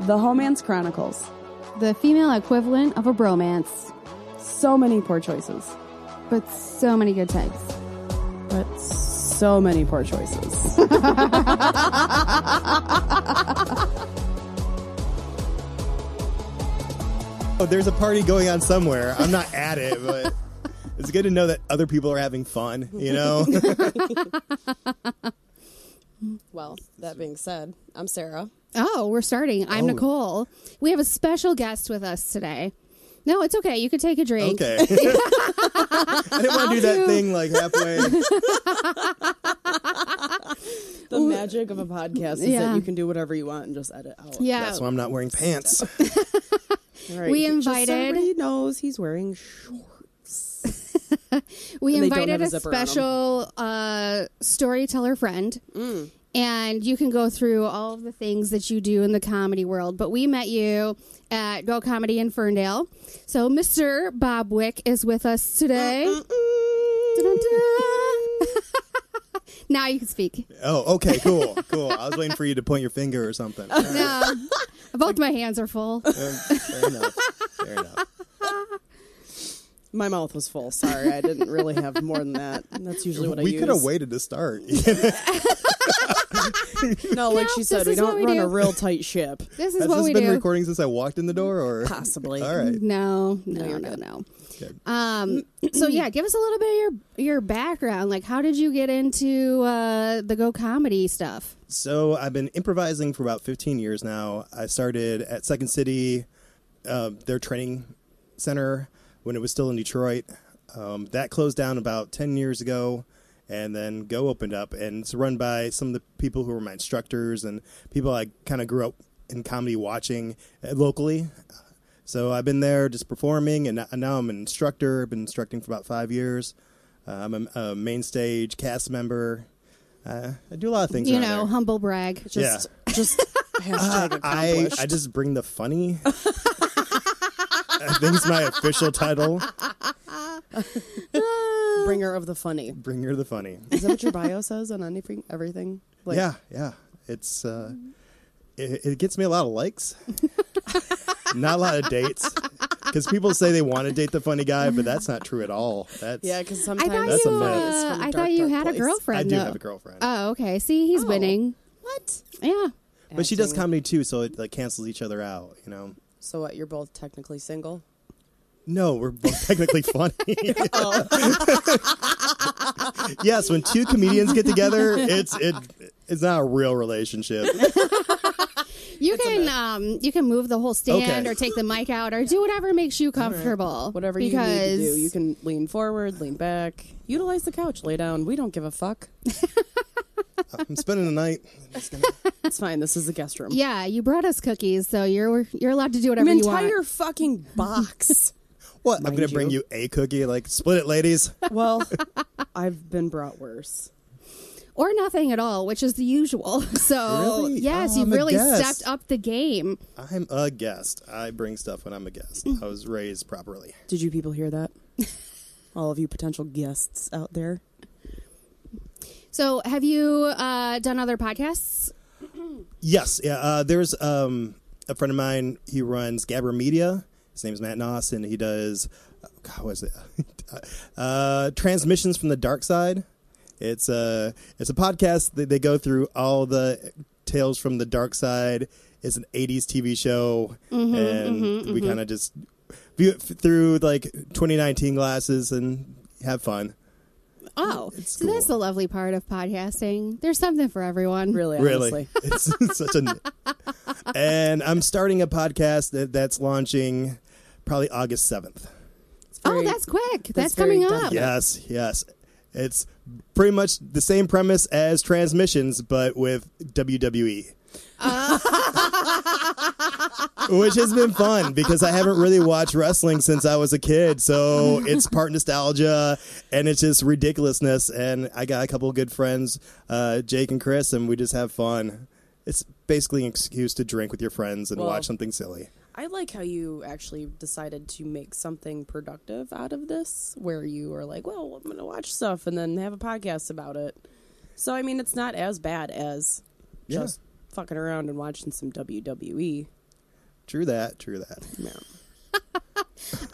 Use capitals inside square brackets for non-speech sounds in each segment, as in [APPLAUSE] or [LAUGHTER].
The Homance Chronicles. The female equivalent of a bromance, So many poor choices, but so many good types. but so many poor choices. [LAUGHS] Oh, there's a party going on somewhere. I'm not at it, [LAUGHS] but it's good to know that other people are having fun, [LAUGHS] you know? Well, that being said, I'm Sarah. Oh, we're starting. I'm Nicole. We have a special guest with us today. No, it's okay. You could take a drink. [LAUGHS] okay. I didn't want to do that thing [LAUGHS] like halfway. The magic of a podcast is yeah. that you can do whatever you want and just edit out. Yeah. That's why I'm not wearing pants. All right. We Just so invited- everybody knows he's wearing shorts. we And they don't invited have a, a zipper on 'em. special uh, storyteller friend Mm. and you can go through all of the things that you do in the comedy world but we met you at go comedy in ferndale so mr bob wick is with us today Uh, mm. Da-da-da. [LAUGHS] now you can speak Oh, okay, cool, cool. I was waiting for you to point your finger [LAUGHS] or something. All right, no both my hands are full um, fair enough. Fair enough. My mouth was full. Sorry, I didn't really have more than that. That's usually what I we use. could have waited to start. No, like No, she this said, we is what don't we run do. a real tight ship. this is [LAUGHS] Has what this we been do recording since I walked in the door? Or Possibly. all [LAUGHS] right, no no you're no good. no Good. um so yeah give us a little bit of your your background like how did you get into uh the go comedy stuff So I've been improvising for about 15 years now. I started at Second City, uh, their training center, when it was still in Detroit. Um, that closed down about 10 years ago, and then Go opened up, and it's run by some of the people who were my instructors and people I kind of grew up in comedy watching uh, locally. So I've been there just performing, and n- now I'm an instructor. I've been instructing for about five years. Uh, I'm a, a main stage cast member. Uh, I do a lot of things. you around know there. humble [LAUGHS] brag Just, Yeah. just hashtag Uh, I, accomplished. I just bring the funny. I think it's my official title, Uh, bringer of the funny. Bringer the Funny. Is that what your bio says on anything, [LAUGHS] everything? Like, yeah, yeah. It's uh, it, it gets me a lot of likes, not a lot of dates, because people say they want to date the funny guy, but that's not true at all. That's Yeah, because I sometimes thought That's you. a myth. It's Uh, from a I dark, thought you dark had a place. girlfriend. I do though. have a girlfriend, Uh, Oh, okay. See, he's winning. What? Yeah. but she does Acting. comedy too, so it like cancels each other out. You know. So what? You're both technically single. No, we're [LAUGHS] both technically funny. Oh. yes, when two comedians [LAUGHS] get together, it's it it's not a real relationship. You can um you can move the whole stand Okay. or take the mic out or do whatever makes you comfortable. Whatever you because need to do, you can lean forward, lean back, utilize the couch, lay down. We don't give a fuck. I'm spending the night. It's fine. This is the guest room. [LAUGHS] Yeah, you brought us cookies, so you're you're allowed to do an whatever you want. entire fucking [LAUGHS] box. What? I'm gonna Mind bring you. you a cookie. Like split it, ladies. well, I've been brought worse. or nothing at all, which is the usual. [LAUGHS] So Really? yes, Oh, you've I'm a really guest. stepped up the game. I'm a guest. I bring stuff when I'm a guest. I was raised properly. Did you people hear [LAUGHS] that? All of you potential guests out there. So have you uh, done other podcasts? Yes. Yeah. Uh, there's um, a friend of mine. He runs Gabber Media. His name is Matt Noss, and he does. oh, God, what is it? [LAUGHS] uh, Transmissions from the Dark Side. It's a it's a podcast. They, they go through all the tales from the dark side. It's an '80s TV show, and we kind of just view it f- through like 2019 glasses and have fun. Oh, It's so that's cool. the lovely part of podcasting. There's something for everyone. Really, Really, honestly. it's, [LAUGHS] such a. And I'm starting a podcast that, that's launching probably August seventh. Oh, very- that's quick. That's, very coming dumb. up. Yeah. Yes, yes, it's pretty much the same premise as Transmissions, but with E. WWE. Uh. Which has been fun because I haven't really watched wrestling since I was a [LAUGHS] kid, so it's part nostalgia and it's just ridiculousness. And I got a couple of good friends, uh, Jake and Chris, and we just have fun. It's basically an excuse to drink with your friends and Well, watch something silly. I like how you actually decided to make something productive out of this, where you are like, well, I'm going to watch stuff and then have a podcast about it. So, I mean, it's not as bad as Yeah. just fucking around and watching some WWE. True that. True that. Yeah.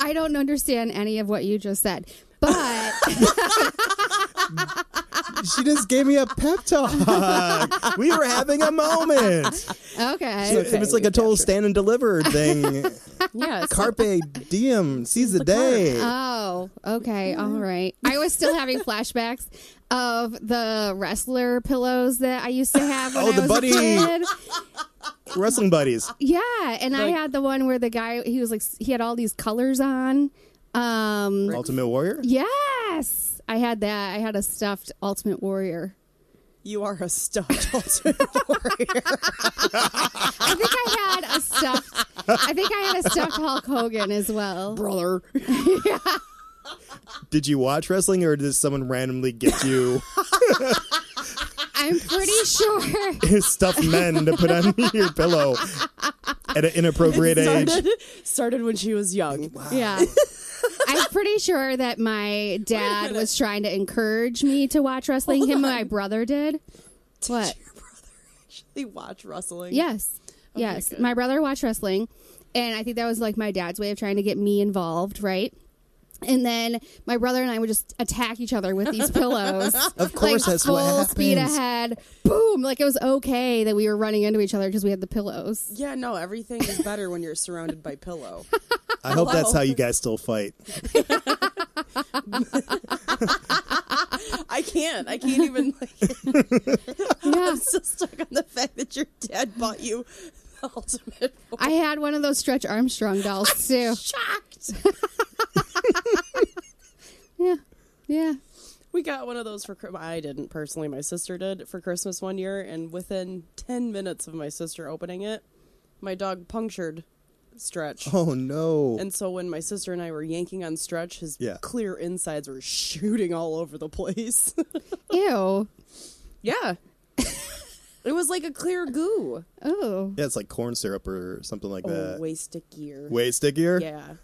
I don't understand any of what you just said, but [LAUGHS] She just gave me a pep talk. [LAUGHS] we were having [LAUGHS] a moment. So okay. It was like a total stand and deliver thing. Yes. Carpe diem, seize the day. Oh, okay. All right. I was still [LAUGHS] having flashbacks of the wrestler pillows that I used to have when Oh, I the was buddy. a kid. uh, Wrestling [LAUGHS] buddies. Yeah, and I Like- had the one where the guy he was like he had all these colors on. Um Ultimate Warrior. yes. I had that. I had a stuffed ultimate warrior. you are a stuffed ultimate warrior. I think I had a stuffed I think I had a stuffed Hulk Hogan as well. [LAUGHS] Brother. Did you watch wrestling or did someone randomly get you [LAUGHS] I'm pretty sure. stuffed men to put on [LAUGHS] your pillow at an inappropriate age? Started, started when she was young. Yeah. [LAUGHS] I'm pretty sure that my dad was trying to encourage me to watch wrestling. Him and my brother did. What? Your brother actually watch wrestling. Yes. yes. good. My brother watched wrestling, and I think that was like my dad's way of trying to get me involved, right? And then my brother and I would just attack each other with these pillows. [LAUGHS] Of course, like, that's full what happens. speed ahead. Boom! Like it was okay that we were running into each other because we had the [LAUGHS] pillows. Yeah, no, everything is better when you're surrounded by pillow. I hope that's Hello. how you guys [LAUGHS] still fight. I can't. I can't even like Yeah. I'm still stuck on the fact that your dad bought you the ultimate warrior. I had one of those Stretch Armstrong [LAUGHS] dolls too. shocked. Yeah. Yeah. We got one of those for Chri- I didn't personally. My sister did for Christmas one year, and within ten minutes of my sister opening it, my dog punctured Stretch. Oh no. And so when my sister and I were yanking on Stretch, his Yeah. clear insides were shooting all over the place. [LAUGHS] Ew. yeah, it was like a clear goo. Oh. yeah, it's like corn syrup or something like Oh, that. Way, way stickier. stickier. Yeah. [CLEARS THROAT]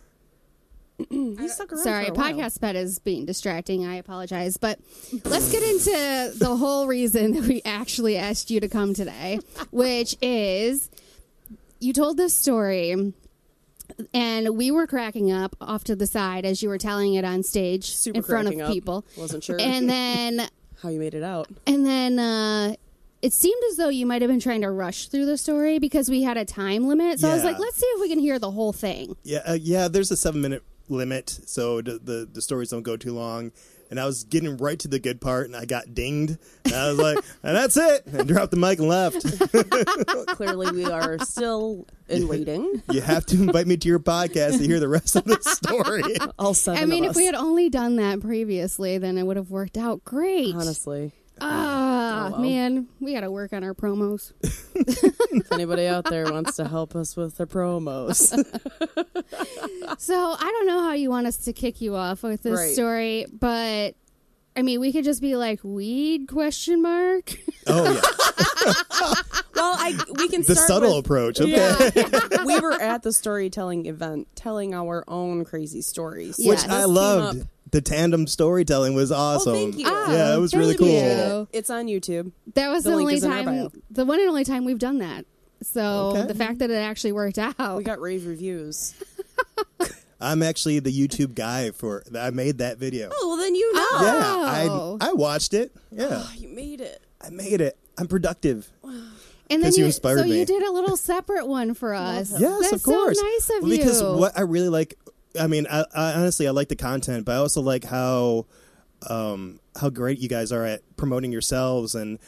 he stuck around. Sorry, for a while. podcast pet is being distracting. I apologize. But let's get into the whole reason that we actually asked you to come today, which is you told this story and we were cracking up off to the side as you were telling it on stage Super in front of cracking up. people. Wasn't [LAUGHS] sure And then how you made it out. and then uh it seemed as though you might have been trying to rush through the story because we had a time limit. So I was Yeah. like, let's see if we can hear the whole thing. Yeah, uh, yeah. There's a seven minute limit, so the, the the stories don't go too long. And I was getting right to the good part, and I got dinged. And I [LAUGHS] was like, and that's it, and dropped the mic and left. Clearly, we are still in waiting. You have to invite me to your podcast to hear the [LAUGHS] rest of the story. All seven. I mean, of if we us. had only done that previously, then it would have worked out great. honestly, Ah, Oh, well. man, we got to work on our [LAUGHS] promos. if anybody out there wants to help us with the promos, so I don't know how you want us to kick you off with this Right. story, but I mean, we could just be like weed question mark. [LAUGHS] Oh yeah, [LAUGHS] well, I we can the start subtle with- approach. Okay. Yeah. [LAUGHS] we were at the storytelling event, telling our own crazy stories. Yeah. Which this I came loved. up- Oh, The tandem storytelling was awesome. thank you. Oh, Ah, Yeah, it was thank really cool. you. It's on YouTube. That was the, The link only is in our time, bio. the one and only time we've done that. So Okay. the fact that it actually worked out. We got rave reviews. I'm actually the YouTube guy for. I made that video. Oh, well, then you know Oh. Oh. Yeah, I I watched it. Yeah, you made it. I made it. I'm productive. and then 'Cause you you, inspired so you me. did a little separate one for us. Yes, That's of course. So nice of Well, Because you. what I really like, I mean, I, I honestly I like the content, but I also like how um, how great you guys are at promoting yourselves and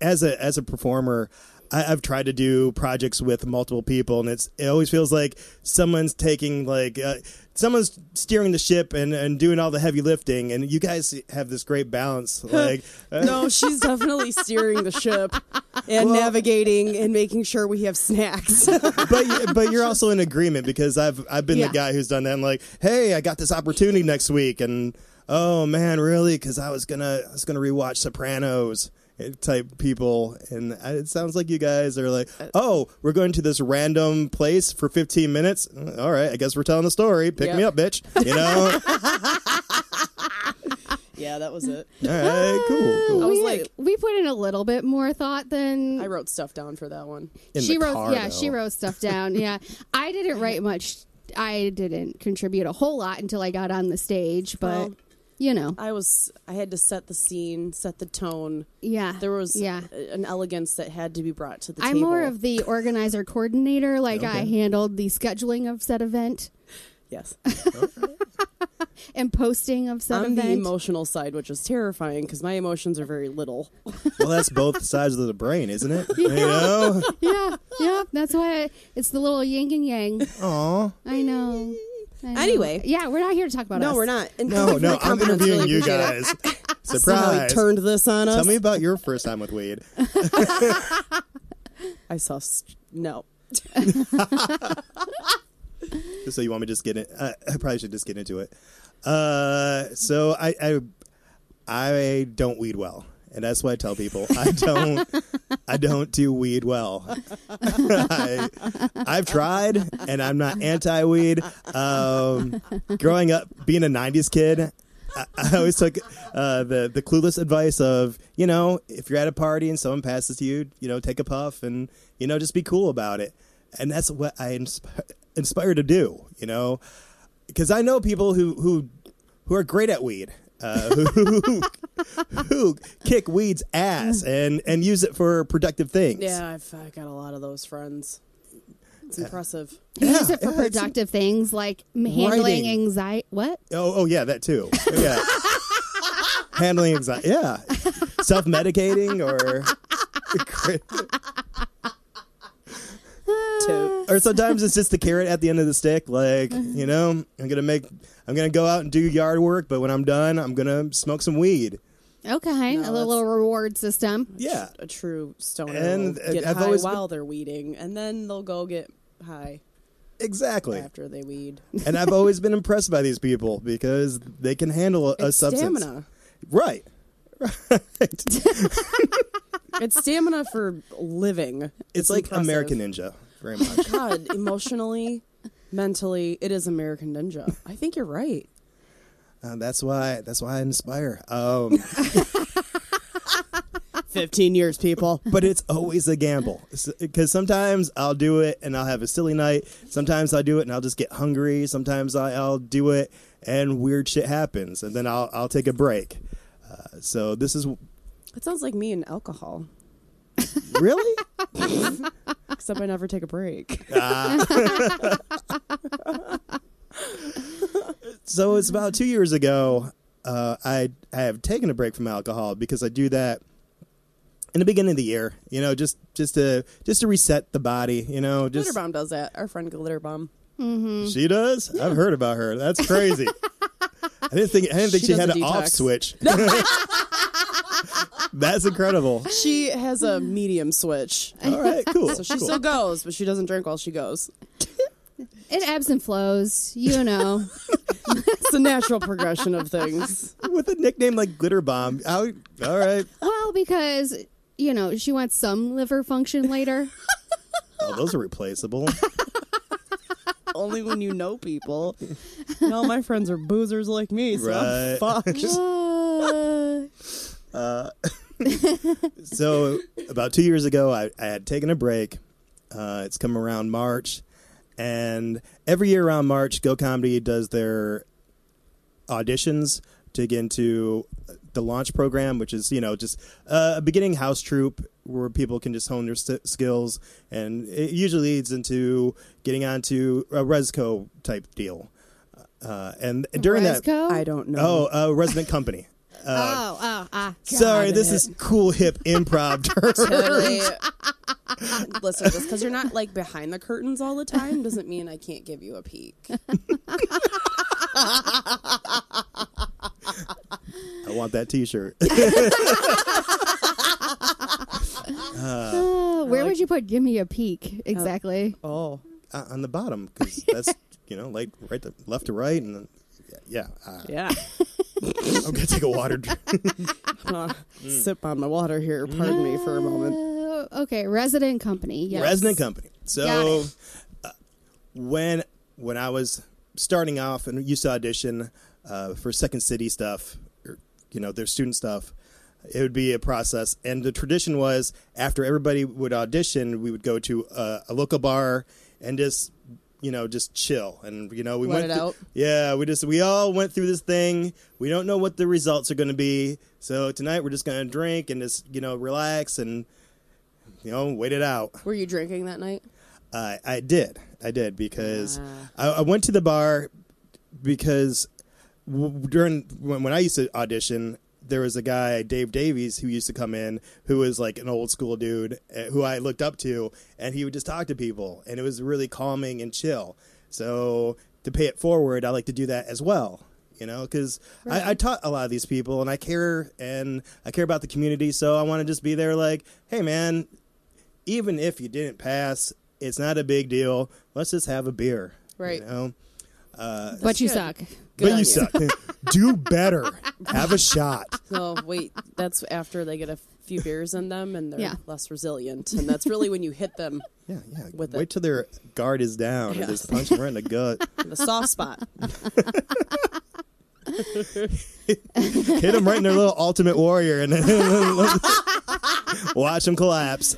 as a as a performer. I, I've tried to do projects with multiple people, and it's it always feels like someone's taking like uh, someone's steering the ship and, and doing all the heavy lifting, and you guys have this great balance. [LAUGHS] Like, uh, No, she's definitely steering the ship and navigating and making sure we have [LAUGHS] snacks. but but you're also in agreement because I've I've been Yeah. the guy who's done that. I'm like, hey, I got this opportunity next week, and oh man, really? Because I was gonna I was gonna rewatch Sopranos eh, type people, and I- it sounds like you guys are like, Uh, oh, we're going to this random place for 15 minutes. [LAUGHS] Mm, All right, I guess we're telling the story. Pick Yeah. me up, bitch. You know, yeah, that was it. All right, uh, cool. cool. I was we, like- we put in a little bit more thought than I wrote stuff down for that one. In she the wrote. car, yeah, though. she wrote [LAUGHS] stuff down. yeah, I didn't write much. I didn't contribute a whole lot until I got on the stage, but Well, you know, I was I had to set the scene, set the tone. yeah, There was yeah. a- an elegance that had to be brought to the I'm table. more of the organizer coordinator. Like I Okay. handled the scheduling of said event yes. and posting of said I'm the event. emotional side, which is terrifying because my emotions are very little. Well, that's both sides of the brain, [LAUGHS] isn't it? You know? [LAUGHS] yeah, yeah. That's why I, it's the little yin and yang. Aw. I know. I know. Anyway. yeah, we're not here to talk about us. No, we're not. And No, thank you for no, the I'm compliments, interviewing really you appreciate it. [LAUGHS] [LAUGHS] guys. Somehow he Surprise. turned this on us. Tell me about your first time with weed. I saw. St- no. So you want me to just get in? I, I probably should just get into it. Uh, so I, I, I don't weed well, and that's why I tell people I don't, I don't do weed well. I, I've tried, and I'm not anti-weed. Um, growing up, being a '90s kid. I- I always took uh, the the clueless advice of you know if you're at a party and someone passes you you know take a puff and you know just be cool about it and that's what I insp- inspire to do, you know, because I know people who who who are great at weed, uh, [LAUGHS] who, who who kick weed's ass and and use it for productive things. Yeah, I've I got a lot of those friends. Uh, It's impressive. use [LAUGHS] it for productive things like m- handling Writing. anxiety. What? Oh, oh yeah, that too. [LAUGHS] Yeah. Handling anxiety. Yeah. Self medicating or. uh, Tote. or sometimes it's just the carrot at the end of the stick like Mm-hmm. you know i'm gonna make i'm gonna go out and do yard work but when i'm done i'm gonna smoke some weed Okay, a little, that's- reward system. yeah A true stoner And, will get uh, I've high always been- while they're weeding, and then they'll go get high exactly after they weed. and I've always been impressed by these people because they can handle a, a It's substance. stamina. Right. Right. It's stamina for living. it's like impressive. American Ninja, [LAUGHS] very much. God, emotionally, mentally, it is American Ninja. I think you're right. Uh, that's why. That's why I inspire. Um, 15 years, people. but it's always a gamble because sometimes I'll do it and I'll have a silly night. Sometimes I'll do it and I'll just get hungry. Sometimes I, I'll do it and weird shit happens, and then I'll I'll take a break. Uh, so this is It sounds like me and alcohol, really. [LAUGHS] except I never take a break. Ah. [LAUGHS] so it's about two years ago. Uh, I I have taken a break from alcohol because I do that in the beginning of the year. You know, just just to just to reset the body. You know, just Glitterbomb does that. Our friend Glitterbomb. she does. I've heard about her. That's [LAUGHS] crazy. I didn't think I didn't think She she, does had a an off detox. [LAUGHS] switch. [LAUGHS] That's incredible. She has a medium switch. All right, cool. So she cool. still goes, but she doesn't drink while she goes. It ebbs and flows, you know. It's the natural progression of things. with a nickname like Glitter Bomb. Out. All right. well, because you know she wants some liver function later. Oh, those are replaceable. [LAUGHS] Only when you know people. And all my friends are boozers like me, so Right. fuck. Uh, so about two years ago, I, I had taken a break. Uh, it's come around March, and every year around March, Go Comedy does their auditions to get into the launch program, which is you know just uh, a beginning house troupe where people can just hone their st- skills, and it usually leads into getting onto a Resco type deal. Uh, and during that, Resco? I don't know. oh, uh, resident company. oh, oh, ah. Sorry, this it. is cool hip improv term. Totally. [LAUGHS] Listen, just because you're not like behind the curtains all the time doesn't mean I can't give you a peek. I want that T-shirt. Uh, where would you put "Give me a peek"? Exactly. Oh. [LAUGHS] uh, on the bottom because that's you know like right to left to right and then, yeah uh, [LAUGHS] Yeah. I'm gonna take a water drink. Uh, Sip on my water here. Pardon me for a moment. Uh, okay, resident company. Yes. Resonant Company. Got So it. uh, when when I was starting off and used to audition uh, for Second City stuff, or you know their student stuff it would be a process and the tradition was after everybody would audition we would go to a, a local bar and just you know just chill and you know we Let went it through- out. yeah we just we all went through this thing we don't know what the results are going to be so tonight we're just going to drink and just you know relax and you know wait it out Were you drinking that night? I I did. I did because I, I went to the bar because w- during when, when I used to audition, there was a guy Dave Davies who used to come in who was like an old school dude uh, who I looked up to, and he would just talk to people, and it was really calming and chill. So to pay it forward, I like to do that as well. You know, because I, I taught a lot of these people, and I care, and I care about the community. So I want to just be there, like, hey, man, even if you didn't pass, it's not a big deal. Let's just have a beer. Right. You know? Uh, but you good. suck. But you on you. suck. [LAUGHS] Do better. Have a shot. No, wait. That's after they get a few beers in them and they're Yeah. less resilient, and that's really when you hit them Yeah, yeah. With Wait it. till their guard is down Yeah. and just punch them right in the gut. the soft spot. Hit them right in their little ultimate warrior and then [LAUGHS] watch them collapse.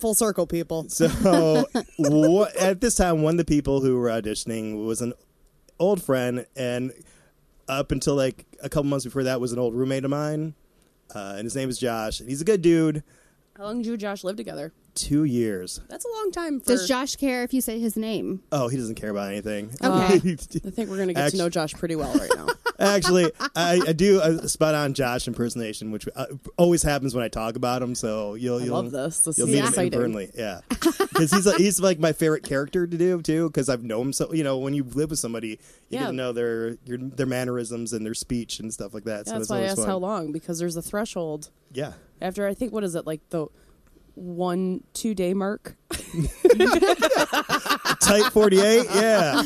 Full circle, people. So what, at this time, one of the people who were auditioning was an old friend, and up until like a couple months before that was an old roommate of mine, uh, and his name is Josh, and he's a good dude. How long did you and Josh live together? Two years. That's a long time. For, Does Josh care if you say his name? Oh, he doesn't care about anything. Okay. I think we're gonna get Actu- to know Josh pretty well right now. [LAUGHS] Actually, I, I do a spot on Josh impersonation, which uh, always happens when I talk about him. So you'll I you'll love this. This You'll is meet him in exciting. Burnley, yeah, because he's like, he's like my favorite character to do too. Because I've known him so you know when you live with somebody, you Yeah. get to know their your, their mannerisms and their speech and stuff like that. so that's it's why I always asked fun. how long because there's a threshold Yeah, after I think what is it like the one two day mark type forty eight. Yeah.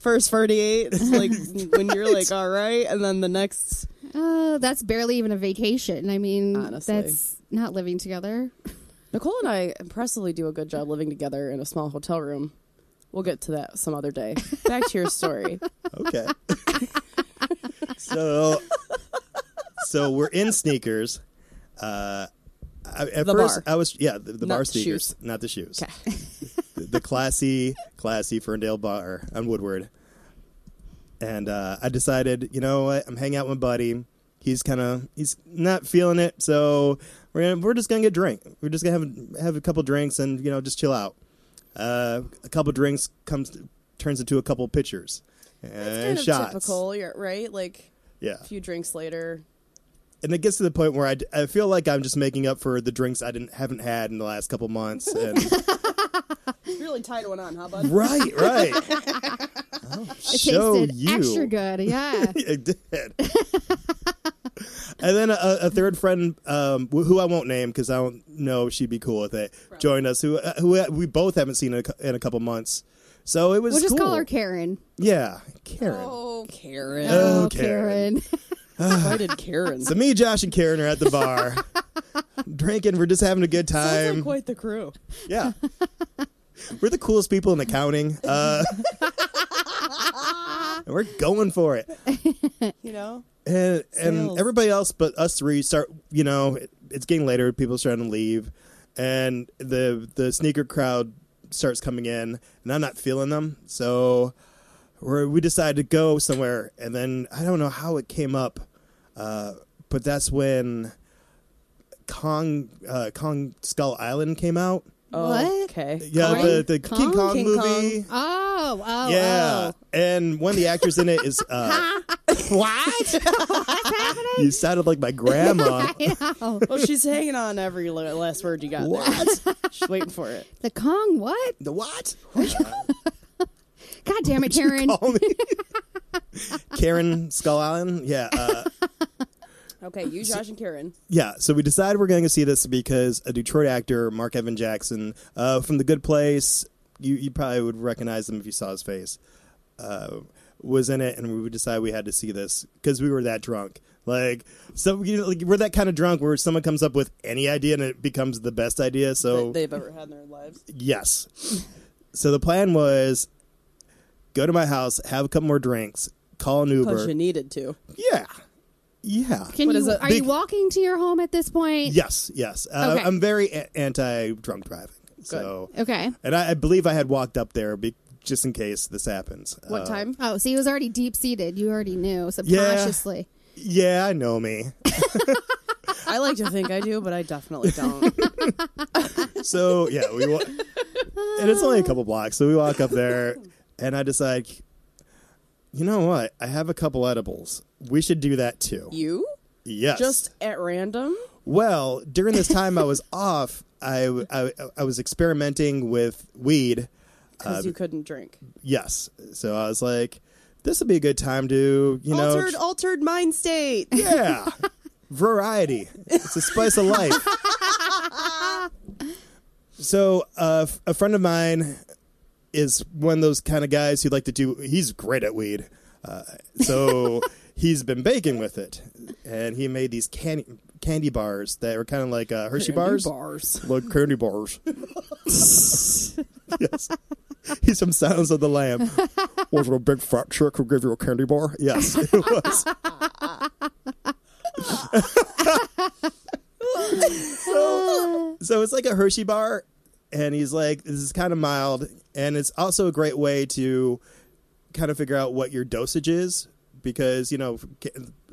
first 48 it's like when you're like all right and then the next Uh, that's barely even a vacation. I mean, Honestly. that's not living together. nicole and i impressively do a good job living together in a small hotel room we'll get to that some other day back to [LAUGHS] your story Okay. so, so we're in sneakers. Uh, I, at The first, bar. I was yeah, the, the Not bar the sneakers, shoes. not the shoes. Okay. the, [LAUGHS] the classy, classy Ferndale bar on Woodward. And uh, I decided, you know what? I'm hanging out with my buddy. He's kind of he's not feeling it, so we're gonna, we're just gonna get a drink. We're just gonna have have a couple drinks and you know just chill out. Uh, a couple drinks comes turns into a couple pitchers and it's kind of shots. typical you're right like Yeah, a few drinks later and it gets to the point where I, d- I feel like I'm just making up for the drinks I didn't haven't had in the last couple months. And you really tied one on huh bud right, right. I'll It show tasted you. extra good. Yeah. [LAUGHS] it did. and then a, a third friend, um, wh- who I won't name because I don't know if she'd be cool with it, joined us. Who uh, who we both haven't seen in a, cou- in a couple months, so it was. we'll just cool. call her Karen. Yeah, Karen. oh karen Oh, Karen. Karen. why did karen So me, Josh, and Karen are at the bar, [LAUGHS] drinking. We're just having a good Sounds like time. quite the crew yeah. We're the coolest people in accounting. [LAUGHS] Uh, and we're going for it. you know and, Sales. and everybody else but us three start you know it, it's getting later people starting to leave and the the sneaker crowd starts coming in and i'm not feeling them so we're, we decide to go somewhere and then i don't know how it came up uh, but that's when kong uh, kong skull island came out oh What? okay yeah Kong? the, the Kong? king kong King movie Oh, oh, yeah, and one of the actors in it is uh, what? [LAUGHS] you sounded like my grandma. oh. Well, she's hanging on every li- last word you got. There. what? [LAUGHS] She's waiting for it. The Kong, what? The what? [LAUGHS] God damn [LAUGHS] it, Karen. Call me. Karen Skull Island. Yeah, uh, Okay, you, Josh, and Karen. yeah. So we decided we're going to see this because a Detroit actor, Mark Evan Jackson, uh, from The Good Place. You you probably would recognize him if you saw his face. Uh, was in it, and we decided we had to see this because we were that drunk. Like, so you know, like, we're that kind of drunk where someone comes up with any idea and it becomes the best idea. So that they've ever had in their lives. Yes. So the plan was go to my house, have a couple more drinks, call an Because Uber. you needed to. yeah, yeah. Can What you, is it? Are Big- you walking to your home at this point? Yes, yes. Uh, Okay. I'm very a- anti drunk driving. So, Okay. and I, I believe I had walked up there be- just in case this happens. What Uh, time? Oh, so he was already deep seated. You already knew subconsciously. Yeah, I know [LAUGHS] me. I like to think I do, but I definitely don't. So yeah, we wa- and it's only a couple blocks. So we walk up there, and I decide, you know what? I have a couple edibles. We should do that too. [LAUGHS] you? Yes. Just at random? well, during this time I [LAUGHS] was off. I, w- I w- I was experimenting with weed. Because Uh, you couldn't drink. Yes. So I was like, this would be a good time to you know altered, altered mind state. Yeah. Variety. It's the spice of life. so, uh, f- a friend of mine is one of those kind of guys who like to do, he's great at weed. Uh, so, he's been baking with it. And he made these candy, candy bars that were kind of like uh, Hershey bars. [LAUGHS] Bars. Like candy bars. [LAUGHS] yes. He's from Sounds of the Lamb. Was it a big fat chick who gave you a candy bar? Yes, it was. [LAUGHS] so, so it's like a Hershey bar, and he's like, this is kind of mild, and it's also a great way to kind of figure out what your dosage is because you know ca-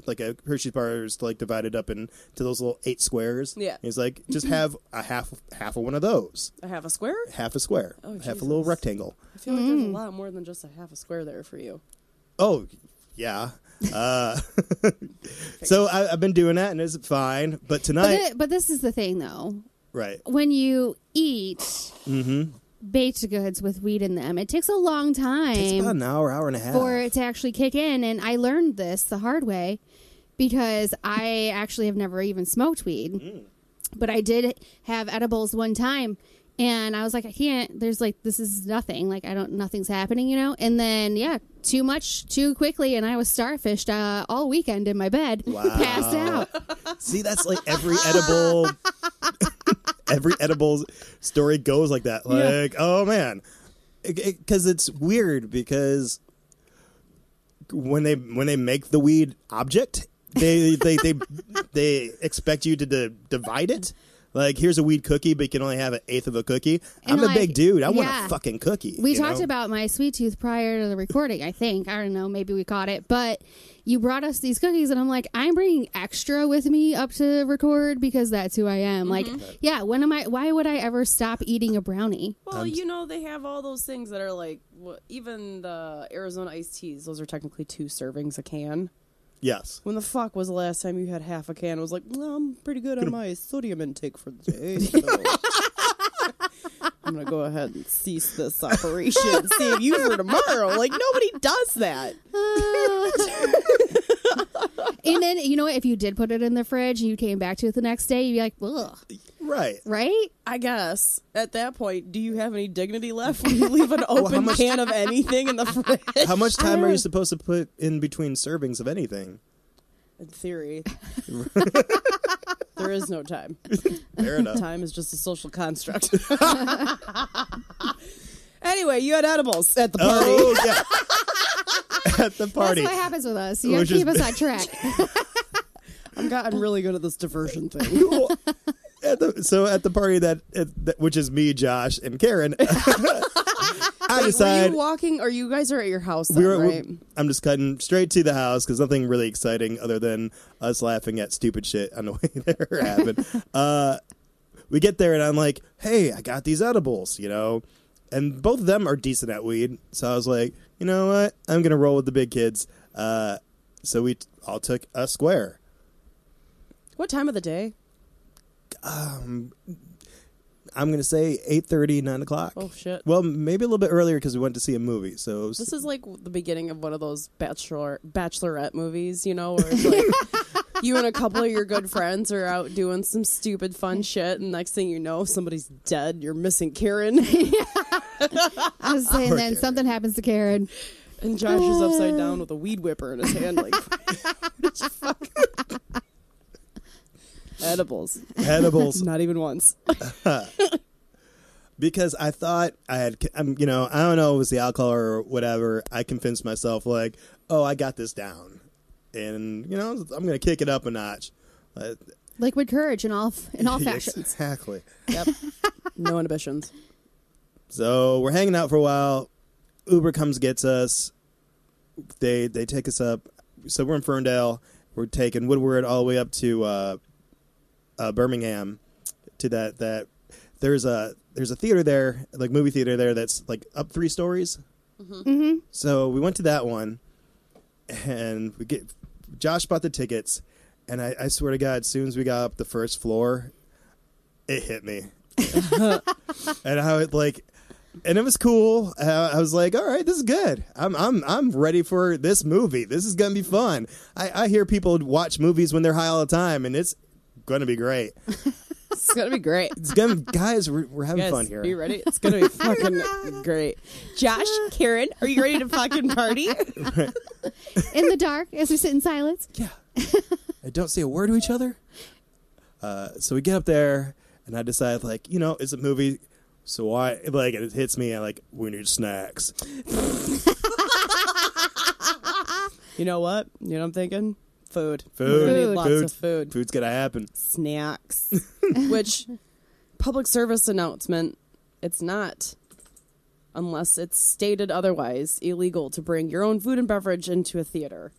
like a Hershey bar is like divided up into those little eight squares. Yeah. he's like, just have a half half of one of those, I have a square? half a square, Oh, half a little Jesus. rectangle. I feel like Mm-hmm. there's a lot more than just a half a square there for you. Oh, yeah. Uh, [LAUGHS] so I, I've been doing that, and it's fine. But But, tonight, thi- but this is the thing, though. right? When you eat Mm-hmm. baked goods with weed in them, it takes a long time It's about an hour, hour and a half. for it to actually kick in. And I learned this the hard way because I actually have never even smoked weed. But I did have edibles one time and I was like, I can't, there's like, this is nothing. Like, I don't, nothing's happening, you know? And then, yeah, too much, too quickly. And I was starfished uh, all weekend in my bed, Wow. passed out. See, that's like every [LAUGHS] edible, every edible story goes like that. Like, oh man, because it's weird because when they when they make the weed object, they they [LAUGHS] they they expect you to di- divide it. Like, here's a weed cookie, but you can only have an eighth of a cookie. And, I'm a like, big dude. I want a yeah. fucking cookie. We you talked know? about my sweet tooth prior to the recording, I think. I don't know, maybe we caught it, but you brought us these cookies and I'm like, I'm bringing extra with me up to record because that's who I am. Mm-hmm. Like, yeah, when am I why would I ever stop eating a [LAUGHS] brownie? Well, Um, you know, they have all those things that are like, wha- even the Arizona iced teas, those are technically two servings a can. [LAUGHS] yes. When the fuck was the last time you had half a can? It was like, well, I'm pretty good on my sodium intake for the day. so I'm gonna go ahead and cease this operation, save you for tomorrow. Like nobody does that. and then you know what, if you did put it in the fridge and you came back to it the next day, you'd be like, Ugh, Right. right? I guess at that point, do you have any [LAUGHS] dignity left when you leave an open much- can of anything [LAUGHS] in the fridge? How much time are you supposed to put in between servings of anything? [LAUGHS] In theory, there is no time. Fair enough. Time is just a [LAUGHS] social construct. anyway, you had edibles at the party. Oh yeah. [LAUGHS] At the That's party. what happens with us. You We're have to keep just- us on [LAUGHS] track. Oh. I've gotten really good at this diversion thing. At the- so at the party that, at, that which is me, Josh, and Karen. [LAUGHS] I Were decide you walking, or you guys are at your house? Then, we were. right? I'm just cutting straight to the house because nothing really exciting other than us laughing at stupid shit on the [LAUGHS] way there happened. uh, we get there and I'm like, "Hey, I got these edibles," you know, and both of them are decent at weed. So I was like, "You know what? I'm gonna roll with the big kids." Uh, so we t- all took a square. what time of the day? um, I'm gonna say 8:30, 9 o'clock. Oh, shit. Well, maybe a little bit earlier because we went to see a movie. So it [LAUGHS] was- This is like the beginning of one of those bachelor bachelorette movies, you know, where it's like you and a couple of your good friends are out doing some stupid fun shit, and next thing you know, somebody's dead. You're missing Karen, [LAUGHS] I was saying then Poor Karen. something happens to Karen. and Josh is upside down with a weed whipper in his hand, like [LAUGHS] edibles. edibles. Not even once. because I thought I had, I'm, you know, I don't know, it was the alcohol or whatever. I convinced myself like, oh, I got this down, and you know, I'm gonna kick it up a notch. Uh, Liquid courage in all in all [LAUGHS] yes, fashions. Exactly. Yep. no inhibitions. So we're hanging out for a while. Uber comes gets us. They they take us up. So we're in Ferndale. We're taking Woodward all the way up to uh, uh, Birmingham to that that there's a there's a theater there like movie theater there that's like up three stories. Mm-hmm. So we went to that one, and we get Josh bought the tickets, and I, I swear to God, as soon as we got up the first floor, it hit me, and I was like, and it was cool. Uh, I was like, all right, this is good. I'm I'm I'm ready for this movie. This is gonna be fun. I, I hear people watch movies when they're high all the time, and it's gonna be great. It's gonna be great. It's gonna guys, we're, we're having Yes, fun here. You ready? It's gonna be fucking great. Josh, Karen, are you ready to fucking party? In the dark, as we sit in silence. Yeah. I don't say a word to each other. Uh, so we get up there, and I decide, like, you know, it's a movie. So I, like, it hits me, i like, we need snacks. You know what? You know what I'm thinking? Food. Food. We need Food. lots Food. of food. Food's going to happen. [LAUGHS] Snacks. Which public service announcement, it's not unless it's stated otherwise illegal to bring your own food and beverage into a theater.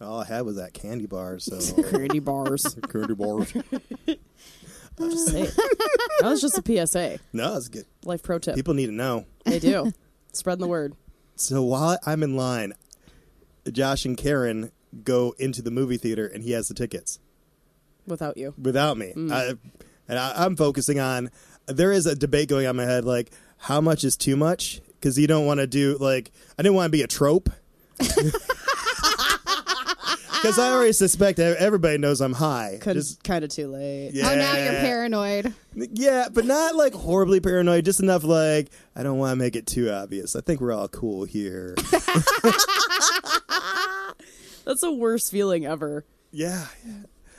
All I had was that candy bar, so. [LAUGHS] Candy [LAUGHS] bars. candy bar. Just say it. That was just a PSA. No, it's good. Life pro tip. People need to know. They do. Spreading the word. So while I'm in line, Josh and Karen go into the movie theater, and he has the tickets. Without you. without me. Mm. I, and I, I'm focusing on. There is a debate going on in my head, like how much is too much? Because you don't want to do like I didn't want to be a [LAUGHS] trope. Because I already suspect that everybody knows I'm high. Couldn't Just- kind of too late. yeah. [LAUGHS] Oh, now you're [LAUGHS] paranoid. Yeah, but not like horribly paranoid. Just enough like I don't want to make it too obvious. I think we're all cool [LAUGHS] here. That's the worst feeling ever. yeah, yeah.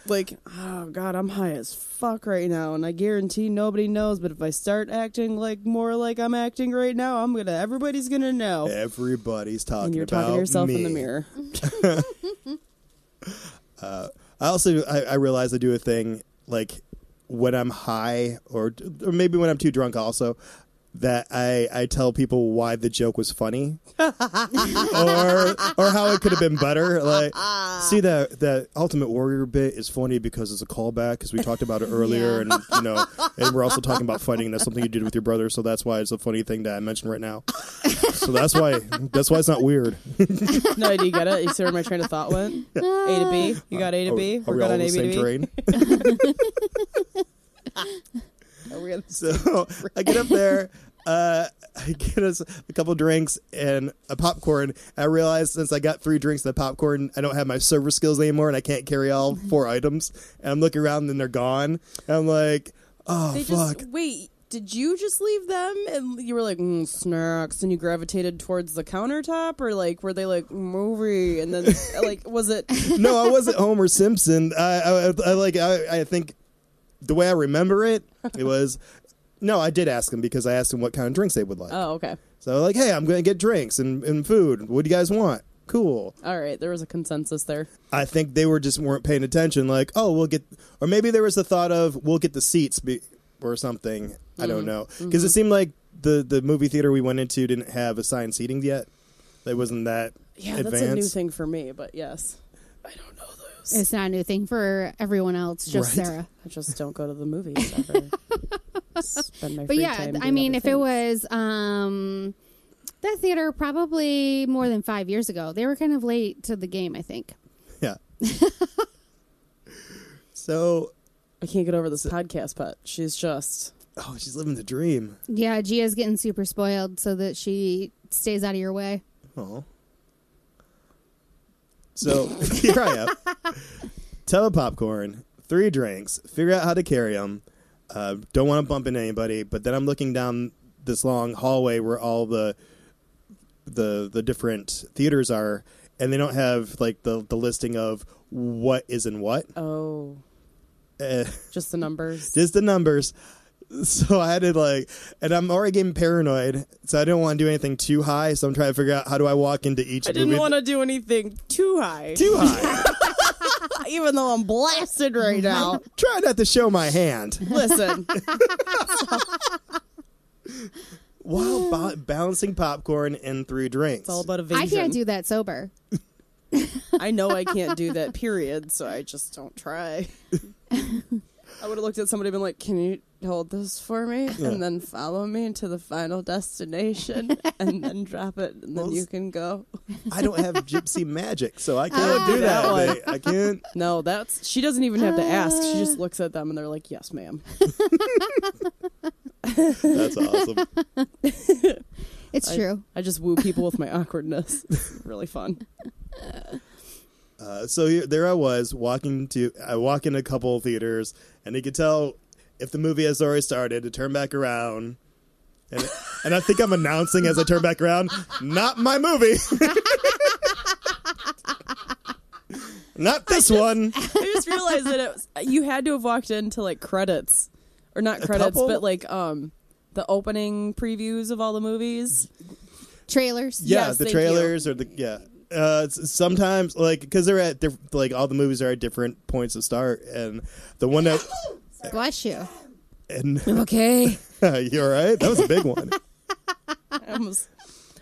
like oh god i'm high as fuck right now and i guarantee nobody knows but if i start acting like more like i'm acting right now i'm gonna everybody's gonna know Everybody's talking and you're about talking to yourself in the me. mirror I also I, I realize I do a thing like when I'm high or, or maybe when I'm too drunk also that I, I tell people why the joke was funny or or how it could have been better like see that that ultimate warrior bit is funny because it's a callback because we talked about it earlier and you know and we're also talking about fighting that's something you did with your brother so that's why it's a funny thing that I mentioned right now so that's why that's why it's not weird no do you get it you see where my train of thought went a to b you got a to b Uh, are, are we good all on on the a b same to train [LAUGHS] b Are we on- So [LAUGHS] I get up there, uh, I get us a couple drinks and a popcorn. I realize since I got three drinks and the popcorn, I don't have my server skills anymore and I can't carry all Mm-hmm. four items. And I'm looking around and they're gone. And I'm like, oh, they fuck. [LAUGHS] just wait did you just leave them and you were like mm, snacks and you gravitated towards the countertop or like were they like movie [LAUGHS] and then uh, like was it [LAUGHS] no, I wasn't Homer Simpson. I, I, I like, I, I think the way I remember it, it was. No, I did ask them because I asked them what kind of drinks they would like. oh okay So like, hey, I'm gonna get drinks and, and food. What do you guys want? Cool. all right there was a consensus there I think they were just weren't paying attention. Like, oh, we'll get, or maybe there was the thought of we'll get the seats be, or something. I don't know because it seemed like the the movie theater we went into didn't have assigned seating yet. It wasn't that Yeah, advanced. that's a new thing for me, but yes. I don't know those. [LAUGHS] It's not a new thing for everyone else, just Right. Sarah. I just don't go to the movies [LAUGHS] ever. Spend my But free yeah, time I doing mean, other if it things. was um, that theater probably more than five years ago, they were kind of late to the game, I think. Yeah. so, I can't get over this podcast pet. She's just oh, she's living the dream. Yeah, Gia's getting super spoiled so that she stays out of your way. Oh. So [LAUGHS] here I am. Tub of popcorn, three drinks, figure out how to carry them. Uh, don't want to bump into anybody, but then I'm looking down this long hallway where all the the the different theaters are, and they don't have like the the listing of what [LAUGHS] is in what, oh, uh, just the numbers. just the numbers. so I had to like, and I'm already getting paranoid, so I didn't want to do anything too high. So I'm trying to figure out how do I walk into each. I didn't movie- want to do anything too high, too high. [LAUGHS] even though I'm blasted [LAUGHS] right now. Try not to show my hand Listen, while ba- balancing popcorn and three drinks. [LAUGHS] it's all about evasion. I can't do that sober. I know I can't do that. Period. So I just don't try. I would have looked at somebody and been like, "Can you hold this for me, and then follow me to the [LAUGHS] final destination, and then drop it, and then Well, you s- can go." I don't have [LAUGHS] gypsy magic, so I can't Ah. do that. That one. Like, I can't. No, that's she doesn't even have to ask. She just looks at them and they're like, "Yes, ma'am." That's awesome. It's true. I just woo people with my [LAUGHS] awkwardness. It's really fun. Uh, so here, there I was walking to I walk in a couple of theaters, and you could tell if the movie has already started to turn back around. And, and I think I'm announcing as I turn back around, not my movie. [LAUGHS] not this one. I just realized that it was, you had to have walked into like credits, or not credits, couple? but like um the opening previews of all the movies. Trailers. Yeah, Yes, the thank you. trailers or the yeah. Uh, s- sometimes like because they're at diff- like all the movies are at different points of start, and the one [LAUGHS] that Bless you. and [LAUGHS] Okay. you're right. That was a big one. I almost,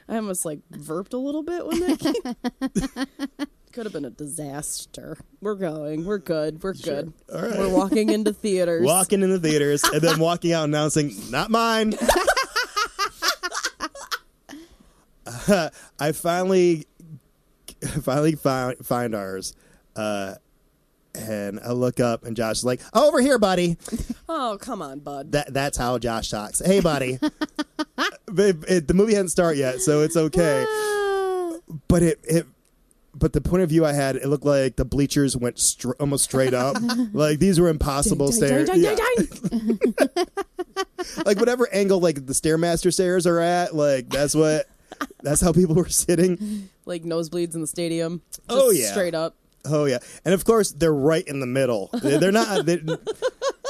I almost like verped a little bit when that came. [LAUGHS] Could have been a disaster. We're going. We're good. We're good. All right. We're walking into theaters. walking in the theaters and then walking out announcing not [LAUGHS] mine [LAUGHS] i finally finally find, find ours uh, and i look up and josh is like oh, over here buddy Oh come on, bud. that, that's how josh talks hey buddy but it, it- the movie hadn't started yet so it's okay Ah. but it, it but the point of view I had, it looked like the bleachers went str- almost straight up. like these were impossible Ding, stairs. ding, Yeah ding, [LAUGHS] ding. like whatever angle like the stairmaster stairs are at like that's what that's how people were sitting Like nosebleeds in the stadium. Just Oh, yeah. straight up. oh yeah and of course they're right in the middle They- they're not they,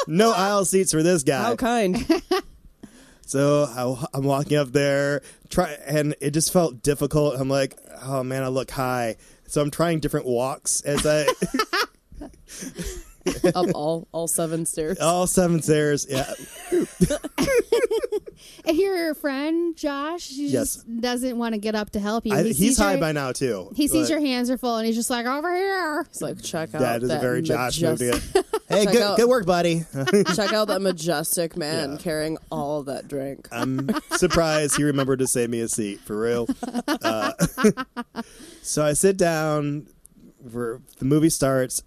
no aisle seats for this guy How kind. [LAUGHS] so I, i'm walking up there try and it just felt difficult i'm like oh man i look high so i'm trying different walks [LAUGHS] as i up all all seven stairs. all seven stairs yeah And your friend Josh, he Yes. just doesn't want to get up to help you. I, He he's sees high your- by now too He sees Like, your hands are full, and he's just like, "Over here." It's like check out that is a that very josh move to [LAUGHS] majestic- [LAUGHS] get hey Check good, out- good work buddy [LAUGHS] check out that majestic man Yeah. Uh, carrying all that drink. I'm surprised he remembered to save me a seat for real. Uh, [LAUGHS] so I sit down, where the movie starts,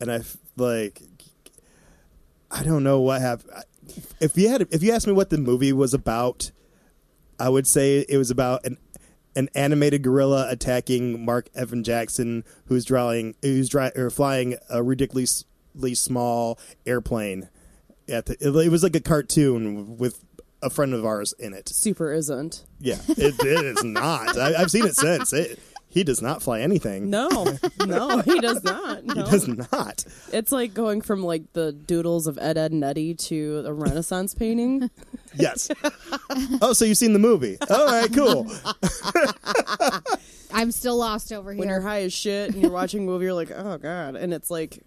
and I f- like, I don't know what happened. If you had, if you asked me what the movie was about, I would say it was about an an animated gorilla attacking Mark Evan Jackson, who's drawing, who's dry, or flying a ridiculously small airplane. At the, it, was like a cartoon with a friend of ours in it. [LAUGHS] Super isn't. Yeah, it, it is not. I, I've seen it since. It, he does not fly anything. No, no, he does not. No. he does not. It's like going from like the doodles of Ed Ed and Eddy to a Renaissance painting. Yes. oh, so you've seen the movie? All right, cool. I'm still lost over When you're here. high as shit and you're watching a movie, you're like, oh god, and it's like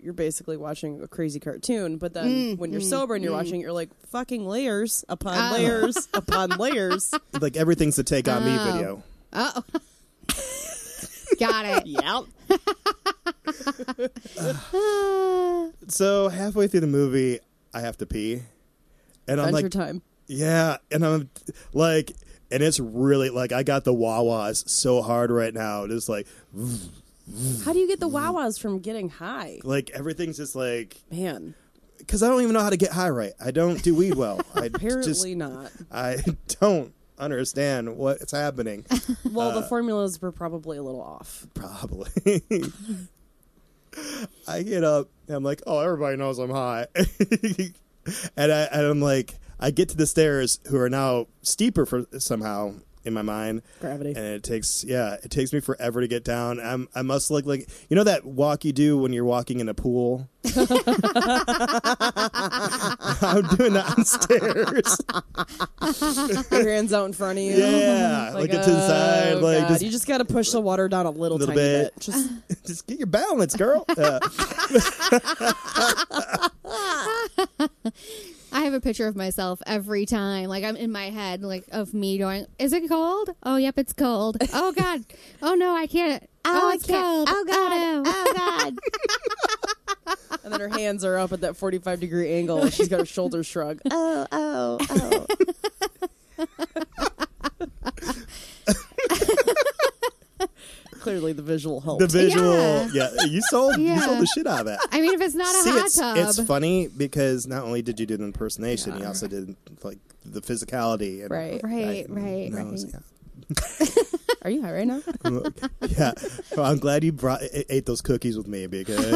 you're basically watching a crazy cartoon. But then when you're sober and you're watching, it, you're like fucking layers upon Oh. layers upon layers. Like everything's a take on me video. Oh, got [LAUGHS] it. Yep. So halfway through the movie, I have to pee, and I'm Adventure like, time. Yeah, and I'm like, and it's really like I got the Wawas so hard right now. Just like, "Mm." How do you get the Wawas from getting high? like everything's just like, Man, because I don't even know how to get high right. I don't do weed well. I apparently just, not. I [LAUGHS] don't understand what's happening. Well, uh, the formulas were probably a little [LAUGHS] off. Probably. I get up and I'm like, oh, everybody knows I'm high, [LAUGHS] and I and I'm like, I get to the stairs, who are now steeper for somehow. in my mind. Gravity. And it takes yeah, it takes me forever to get down. I'm I must look like you know that walk you do when you're walking in a pool. [LAUGHS] I'm doing that on [LAUGHS] stairs. Your hands out in front of you. Yeah, like, it to the side, oh, like God. just, you just got to push the water down a little, Little tiny bit. bit. Just just [LAUGHS] get your balance, girl. [LAUGHS] Uh, I have a picture of myself every time. Like I'm in my head, like of me going, "Is it cold? Oh, yep, it's [LAUGHS] cold. Oh God. Oh no, I can't. Oh, it's cold. Oh God. [LAUGHS] Oh, God. and then her hands are up at that 45 degree angle. and She's got her shoulders shrug. Oh, oh, oh. Clearly, the visual helped. the visual, Yeah. yeah. you sold you Yeah. sold the shit out of that. I mean, if it's not a See, hot it's, tub, it's funny because not only did you do the impersonation, you also did like the physicality. And Right. right, I- right, no, right. yeah. [LAUGHS] Are you high right now? yeah. Well, I'm glad you brought a- ate those cookies with me [LAUGHS] because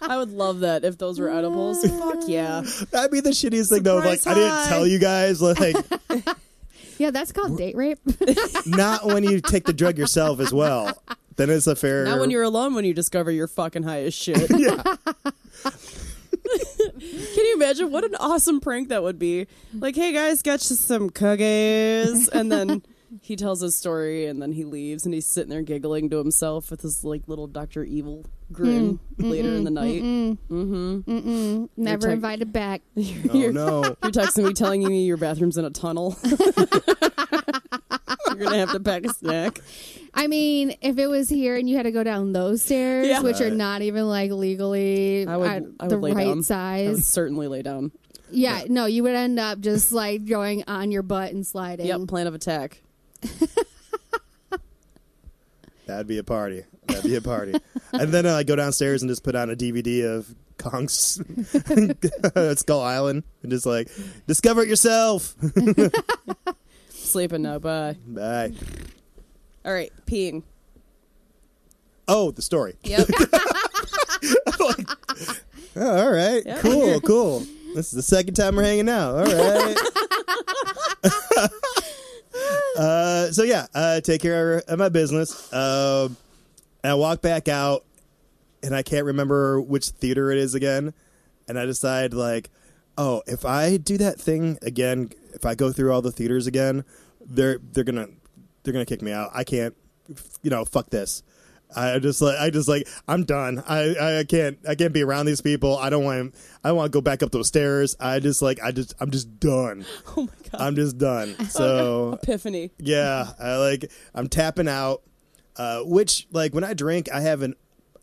I would love that if those were edibles. Fuck yeah. that'd be the shittiest thing though. Like Surprise I didn't high. tell [LAUGHS] you guys. Like Yeah, that's called date rape. not when you take the drug yourself as well. Then it's a fair. Not when you're alone when you discover you're fucking high as shit. [LAUGHS] Yeah. [LAUGHS] Can you imagine what an awesome prank that would be? Like, hey guys, got you some [LAUGHS] cookies, and then he tells his story, and then he leaves, and he's sitting there giggling to himself with his like little Doctor Evil Mm. grin later in the night. Never tug- invited back. Oh no. You're texting me telling me your bathroom's in a tunnel. [LAUGHS] You're gonna have to pack a snack. I mean, if it was here and you had to go down those stairs, Yeah. which are not even like legally I would, at I would the lay right down. I would size, certainly lay down. yeah, no, you would end up just like going on your butt and sliding. Yep, plan of attack. That'd be a party. That'd be a party. and then uh, I go downstairs and just put on a DVD of Kong's [LAUGHS] Skull Island and just like discover it yourself. [LAUGHS] Sleeping now, bye. Bye. All right, peeing. Oh, the story. [LAUGHS] Yep. Oh, all right. Yeah. Cool, cool. This is the second time we're hanging out. All right. [LAUGHS] uh, so, yeah, uh, take care of my business. Um, and I walk back out, and I can't remember which theater it is again. And I decide, like, oh, if I do that thing again, if I go through all the theaters again, they're they're gonna they're gonna kick me out. I can't, you know, fuck this. I just like I just like I'm done. I I can't I can't be around these people. I don't want I want to go back up those stairs. I just like I just I'm just done. oh my god. I'm just done. So Epiphany. [LAUGHS] yeah, I like I'm tapping out. Uh, which like when I drink, I have an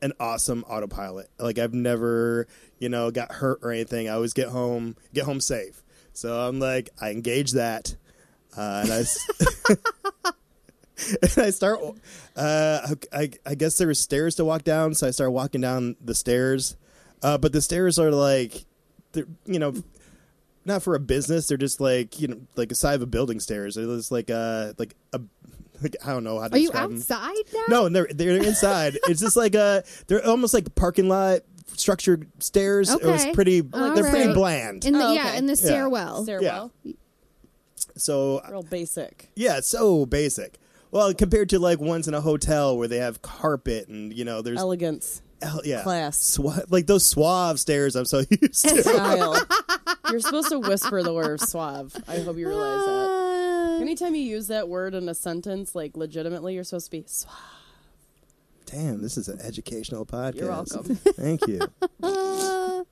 an awesome autopilot. Like I've never you know got hurt or anything. I always get home get home safe. So I'm like I engage that, uh, and I. s- [LAUGHS] and I start, uh, I, I guess there were stairs to walk down, so I start walking down the stairs. Uh, but the stairs are like, they're, you know, not for a business. They're just like, you know, like a side of a building stairs. They're just like a, like a, like, I don't know how to Are you describe them. outside now? No, they're they're [LAUGHS] inside. it's just like a they're almost like parking lot structured stairs. It was Okay. pretty. All they're pretty right. bland. In the, Oh, Yeah, okay. in the stairwell. Stairwell. so Real basic. yeah, it's so basic. Well, compared to like ones in a hotel where they have carpet and you know there's [LAUGHS] Elegance. el- yeah E class. Swa- like those suave stairs. I'm so [LAUGHS] used to. Style. You're supposed to whisper the word suave. I hope Ah. you realize that. Uh, Anytime you use that word in a sentence, like legitimately, you're supposed to be suave. Damn, this is an educational podcast. You're [LAUGHS] welcome. Thank you. [LAUGHS] uh,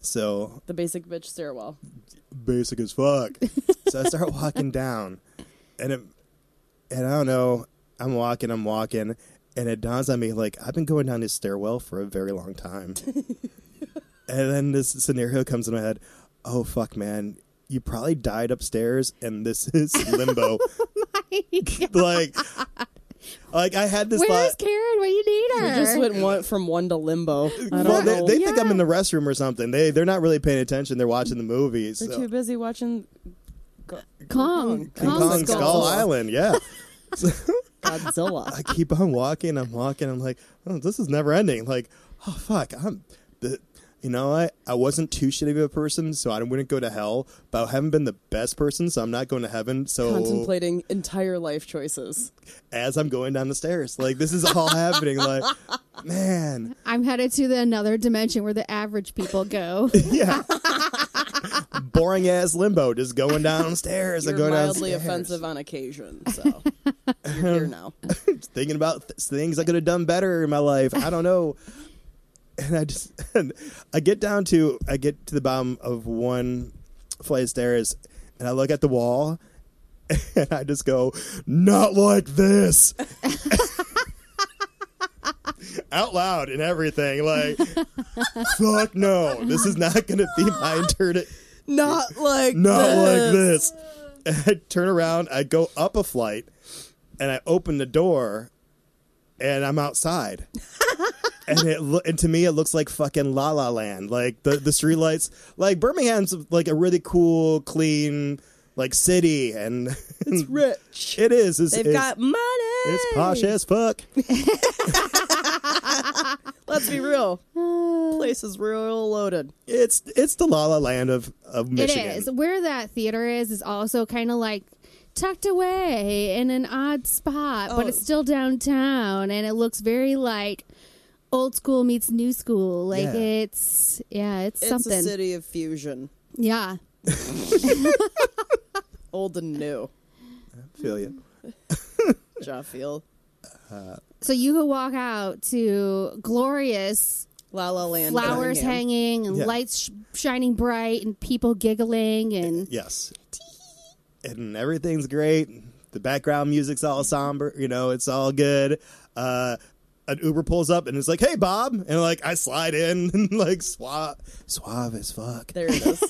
So The basic bitch stairwell. basic as fuck. so I start walking down, and it, and I don't know. I'm walking, I'm walking, and it dawns on me like I've been going down this stairwell for a very long time. and then this scenario comes in my head. Oh fuck, man! You probably died upstairs, and this is limbo. [LAUGHS] like, like I had this Where's thought. Karen? Where you need her? You just went one, from one to limbo. I Well, don't they, know. they They, think I'm in the restroom or something. They they're not really paying attention. They're watching the movies. are too busy watching Kong. King Kong, Kong Skull. Skull Island, yeah. Godzilla. I keep on walking. I'm walking. I'm like, oh, this is never ending. Like, oh fuck, I'm the you know what? I wasn't too shitty of a person, so I wouldn't go to hell. But I haven't been the best person, so I'm not going to heaven. So Contemplating entire life choices. as I'm going down the stairs, like this is all happening. [LAUGHS] Like, man, [LAUGHS] I'm headed to the another dimension where the average people go. yeah, boring ass limbo, just going downstairs You're and going mildly downstairs. offensive on occasion, so you're here now. [LAUGHS] thinking about th- things I could have done better in my life. I don't know. [LAUGHS] And I just, and I get down to, I get to the bottom of one flight of stairs, and I look at the wall, [LAUGHS] and I just go, "Not like this." [LAUGHS] Out loud and everything, like, [LAUGHS] fuck no, this is not gonna be my eternity Not like not like this. And I turn around, I go up a flight, and I open the door, and I'm [LAUGHS] outside. and it lo- and to me, it looks like fucking La La Land, like the the streetlights. Like Birmingham's like a really cool, clean, like city, and [LAUGHS] It's rich. it is. It's, They've it's, got money. it's posh as fuck. Let's be real. Place is real loaded. It's it's the La La Land of of it Michigan. is where that theater is is also kind of like tucked away in an odd spot, but Oh. it's still downtown, and it looks very like old school meets new school. Like Yeah. it's yeah, it's, It's a something. city of fusion, Yeah, old and new. Feel you. Jaffiel. so you could walk out to glorious La La Land. flowers Birmingham. hanging and Yeah. lights sh- shining bright and people giggling [LAUGHS] and Yes. And everything's great. The background music's all somber. You know, it's all good. Uh, an Uber pulls up and it's like, "Hey, Bob," and like I slide in [LAUGHS] and like suave, suave as fuck, There it is.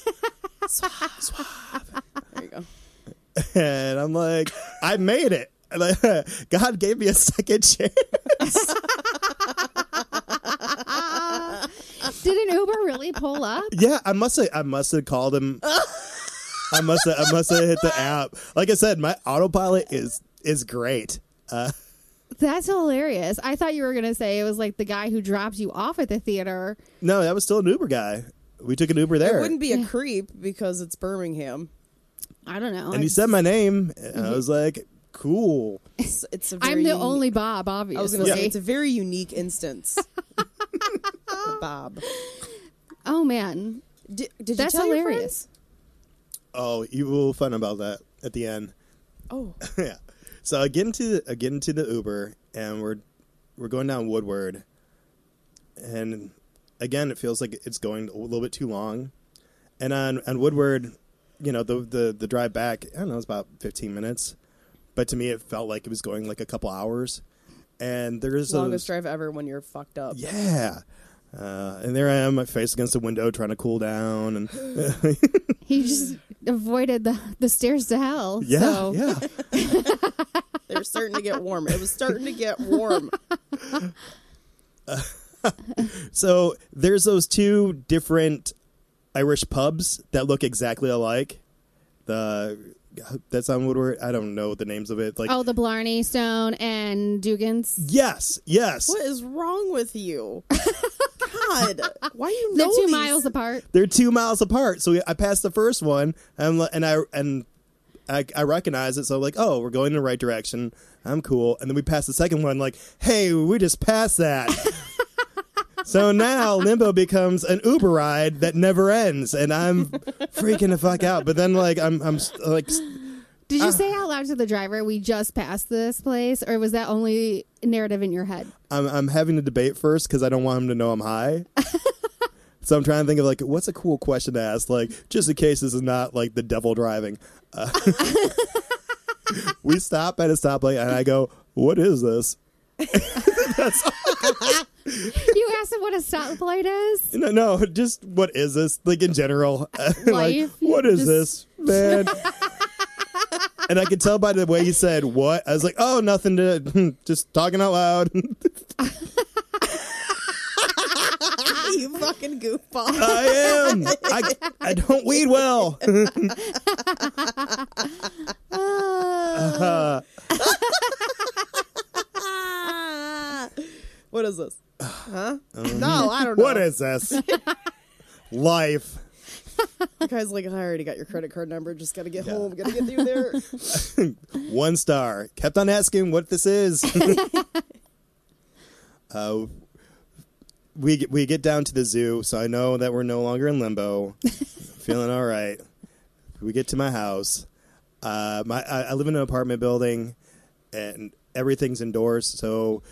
suave, suave. There you go. [LAUGHS] and I'm like, "I made it." [LAUGHS] Like, God gave me a second [LAUGHS] chance. did an Uber really pull up? Yeah, I must have. I must have called him. I must have. I must have hit the app. Like I said, my autopilot is is great. Uh, That's hilarious. I thought you were gonna say it was like the guy who dropped you off at the theater. no, that was still an Uber guy. We took an Uber there. It wouldn't be a creep because it's Birmingham. I don't know. and he I- said my name, and I was like, "Cool." It's, it's a very I'm the unique- only Bob, I was obviously. going to say it's a very [LAUGHS] unique instance. Bob, oh man, did, did that's you tell your hilarious. Oh, you will find out about that at the end. [LAUGHS] friends? Oh, yeah. So I get into I get into the Uber, and we're we're going down Woodward, and again, it feels like it's going a little bit too long. And on on Woodward, you know, the the the drive back, I don't know, it's about fifteen minutes, but to me, it felt like it was going like a couple hours. And there's a, longest drive ever when you're fucked up. Yeah. Uh, and there I am, my face against the window, trying to cool down, and He [LAUGHS] just avoided the the stairs to hell. yeah, so. yeah, They're starting to get warm. It was starting to get [LAUGHS] warm. So there's those two different Irish pubs that look exactly alike. The that's on Woodward. I don't know the names of it. Like Oh, the Blarney Stone and Dugan's. yes, yes, What is wrong with you? [LAUGHS] God, why you They're know two these? miles apart. they're two miles apart. So I passed the first one, and li- and I and. I, I recognize it, so I'm like, oh, we're going in the right direction. I'm cool. And then we pass the second one, like, hey, we just passed that. so now Limbo becomes an Uber ride that never ends, and I'm freaking the fuck out. But then, like, I'm I'm s- like Did Ah. you say out loud to the driver, "We just passed this place," or was that only narrative in your [LAUGHS] head? I'm, I'm having a debate first because I don't want him to know [LAUGHS] I'm high. so I'm trying to think of like what's a cool question to ask, like just in case this is not like the devil [LAUGHS] driving. Uh, we stop at a stoplight and I go, "What is this?" you asked him what a stoplight is. No, no, just what is this? Like in general, [LAUGHS] like Life, what is just- this, [LAUGHS] man? and I could tell by the way he said "what." I was like, "Oh, nothing to [LAUGHS] just talking out loud." you fucking goofball. I am. I I don't weed [LAUGHS] well. [LAUGHS] Uh, Ah. what is this? Huh? no, I don't know. [LAUGHS] What is this? life. The guy's like, I already got your credit card number. Just got to get Yeah. home. Got to get you [LAUGHS] there. One star. Kept on asking what this is. [LAUGHS] uh, we get, we get down to the zoo, so I know that we're no longer in limbo. Feeling all right. We get to my house. Uh, my I, I live in an apartment building, and everything's indoors. So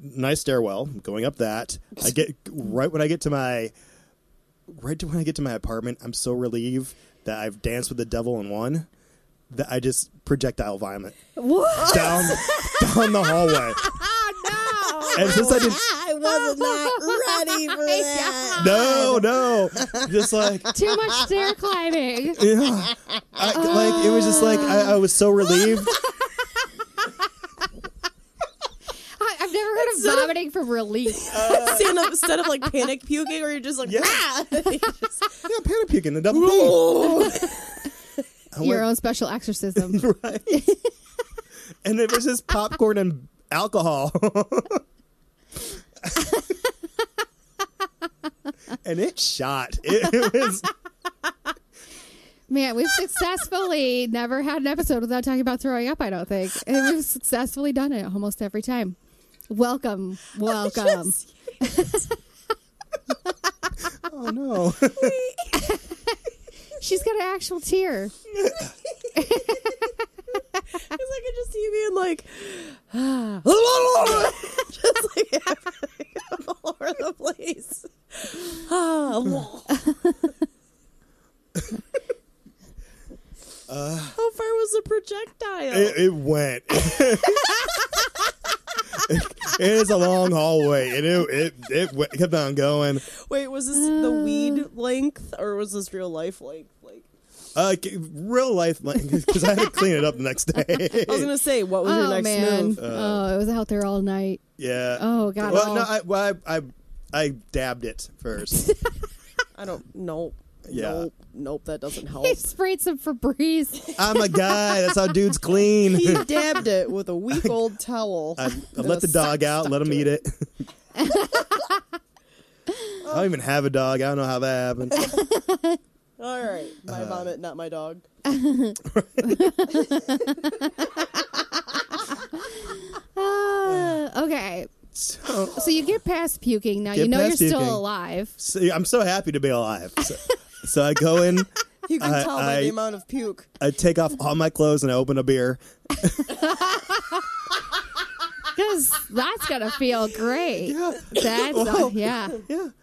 nice stairwell going up that. I get right when I get to my right to when I get to my apartment. I'm so relieved that I've danced with the devil and won that I just projectile vomit What? down down the hallway. Oh And since I did I was [LAUGHS] not ready for that. no no, just like no! Too much stair climbing. yeah, I, like it was just like I, I was so relieved. I, I've never heard of vomiting from [LAUGHS] relief. Instead of, instead of like panic puking, where you're just like, Yeah. ah! Just- Yeah, panic puking the double. pee. I Your went- own special exorcism. [LAUGHS] right? and it was just popcorn and alcohol. [LAUGHS] and it shot. It, it was Man, we've successfully never had an episode without talking about throwing up, I don't think. And we've successfully done it almost every time. [LAUGHS] Welcome. Welcome. oh no. She's got an actual tear. Because I could just see you being like, ah, [LAUGHS] just like [LAUGHS] everything all over the place. [LAUGHS] Ah, How far was the projectile? It, it went. [LAUGHS] it is a long hallway, and it it it went, kept on going. Wait, was this the weed length or was this real life length? Like, Uh, c- real life, because I had to clean it up the next day. [LAUGHS] I was gonna say, what was your Oh, next man. move? oh, it was out there all night. yeah. Oh, God, Well, oh. no, I, well, I, I I dabbed it first. I don't. Nope. Yeah. Nope. Nope. That doesn't [LAUGHS] help. He sprayed some [SIGHS] Febreze. I'm a guy. That's how dudes [LAUGHS] clean. he dabbed it with a week [LAUGHS] old towel. I, I let the dog out. Let him [LAUGHS] eat it. I don't even have a dog. I don't know how that happened. All right, uh, my vomit, not my dog. Uh, okay. So, So you get past puking now. you Get know you're past puking. still alive. [LAUGHS] so- I'm so happy to be alive. So, so I go in. You can I- tell by I- the amount of puke. I take off all my clothes and I open a beer. Because that's going to feel [LAUGHS] great. Yeah. That's, yeah. [LAUGHS] Did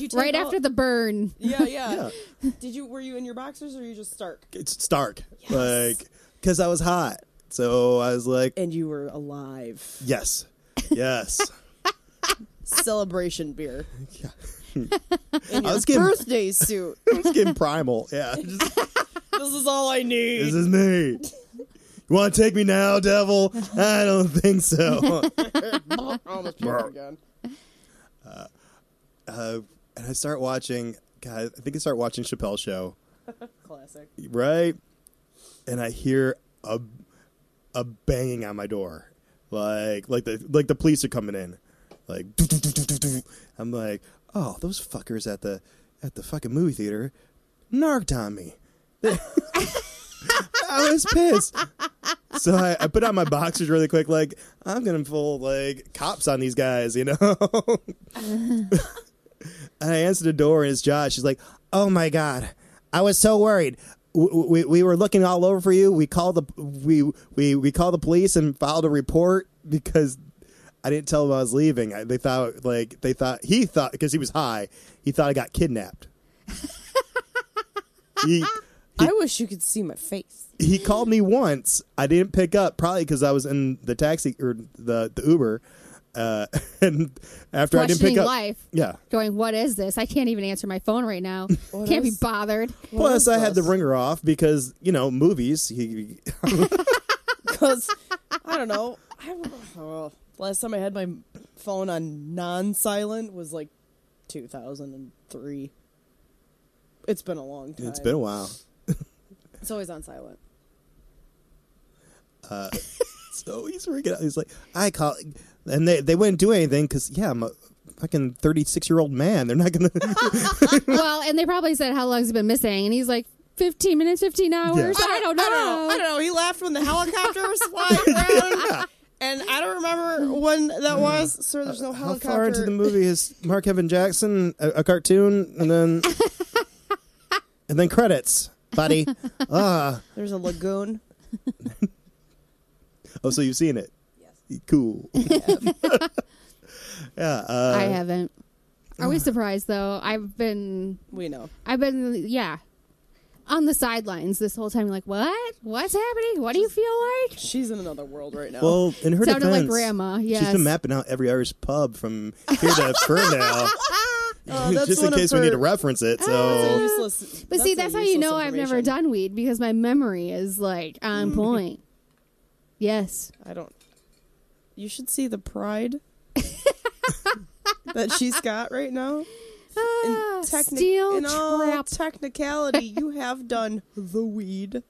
you take Right out- after the burn. [LAUGHS] Yeah, yeah, Did you? Were you in your boxers or you just stark? It's stark. Like, because I was hot. So I was like, And you were alive. yes, [LAUGHS] yes. [LAUGHS] Celebration beer. Yeah. In I your was getting- birthday suit. It's getting primal. Yeah. [LAUGHS] Just, [LAUGHS] this is all [LAUGHS] I [LAUGHS] need. this is me. You want to take me now, devil? I don't think so. [LAUGHS] I almost puked again. uh, and I start watching. God, I think I start watching Chappelle's show, [LAUGHS] Classic. right? And I hear a a banging on my door, like like the like the police are coming in, like "Doo, doo, doo, doo, doo, doo." I'm like, oh, those fuckers at the at the fucking movie theater narked on me. [LAUGHS] I was pissed. So I, I put on my boxers really quick, like I'm gonna pull like cops on these guys, you know. [LAUGHS] and I answered the door, and it's Josh. She's like, "Oh my god, I was so worried. We, we, we were looking all over for you. We called the we we we called the police and filed a report because I didn't tell them I was leaving. I, they thought like they thought he thought because he was high, he thought I [LAUGHS] got kidnapped. he I wish you could see my face. he called me once. I didn't pick up probably because I was in the taxi or the the Uber. Uh, [LAUGHS] and after I didn't pick Questioning up, life. yeah. Going, what is this? I can't even answer my phone right now. What can't is- be bothered. Plus, is I had the this? ringer off because you know movies. He, Because I don't know. I don't oh, know. Last time I had my phone on non-silent was like 2003. It's been a long time. it's been a while. It's always on silent. Uh, [LAUGHS] So he's freaking out. He's like, I call, and they they wouldn't do anything because yeah, I'm a fucking 36 year old man. They're not going to. well, and they probably said how long's he been missing, and he's like fifteen minutes, fifteen hours. I, don't know. I don't know. I don't know. He left when the helicopter was [LAUGHS] flying around. And I don't remember when that was. So there's no [LAUGHS] How helicopter. far into the movie is Mark Evan Jackson, a, a cartoon, [LAUGHS] and then. and then credits, [LAUGHS] buddy. Ah. There's a [LAUGHS] lagoon. Oh, so you've seen it? Yes. [LAUGHS] Cool. [LAUGHS] yeah. Uh, I haven't. Are we surprised though? I've been, We know. I've been, yeah, on the sidelines this whole time. Like, what? What's happening? What do you feel like? She's in another world right [LAUGHS] now. Well, in her Oh. Sounded like defense, grandma, she's yes. been mapping out every Irish pub from here [LAUGHS] to Ferndale, Ah, Oh, that's just in one of case we need her- to reference it. That's a So useless. But see, a that's how you useless know I've never information. done weed because my memory is like on point. Yes. I don't. You should see [LAUGHS] the pride. That she's got right now. Ah, Technic- steel in all trap. technicality, [LAUGHS] you have done the weed,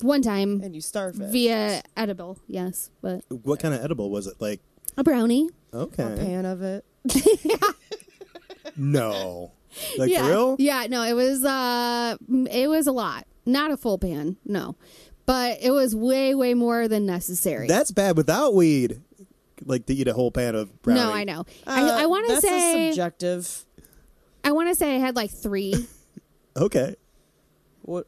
One time and you starve it. via edible, yes, but what kind of edible was it? Like, a brownie. A okay, pan of it. [LAUGHS] no, like yeah. for real? Yeah, no, it was uh m- it was a lot. Not a full pan, no. But it was way way more than necessary. That's bad without weed. Like to eat a whole pan of brownie. no, I know. Uh, I, I want to that's a say subjective. I want to say I had like 3 Okay, What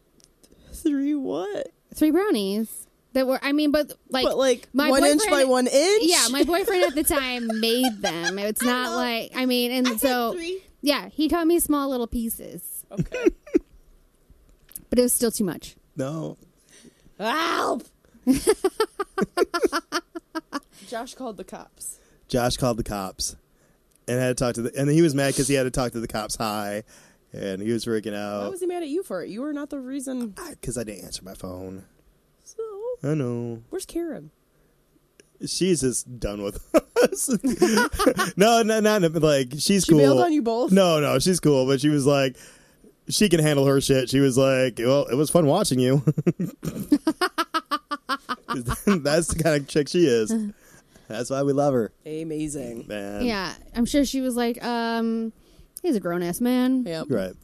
three? What? 3 brownies that were I mean but like but like my one inch by boyfriend- one inch. yeah, my boyfriend at the time made them. It's not like I mean, and so three. yeah, he taught me small little pieces. Okay, [LAUGHS] but it was still too much. no, Help! [LAUGHS] Josh called the cops. Josh called the cops and had to talk to the, and he was mad because he had to talk to the cops high, and he was freaking Why out was he mad at you for it? You were not the reason. because I didn't answer my phone. So, I know. where's Karen? she's just done with us. [LAUGHS] no, no, not like she's She cool. bailed on you both? No, no, she's cool, but she was like, she can handle her shit. She was like, well, it was fun watching you. [LAUGHS] 'Cause That's the kind of chick she is. That's why we love her, Amazing. man. yeah, I'm sure she was like, um, he's a grown ass man. Yeah. Right.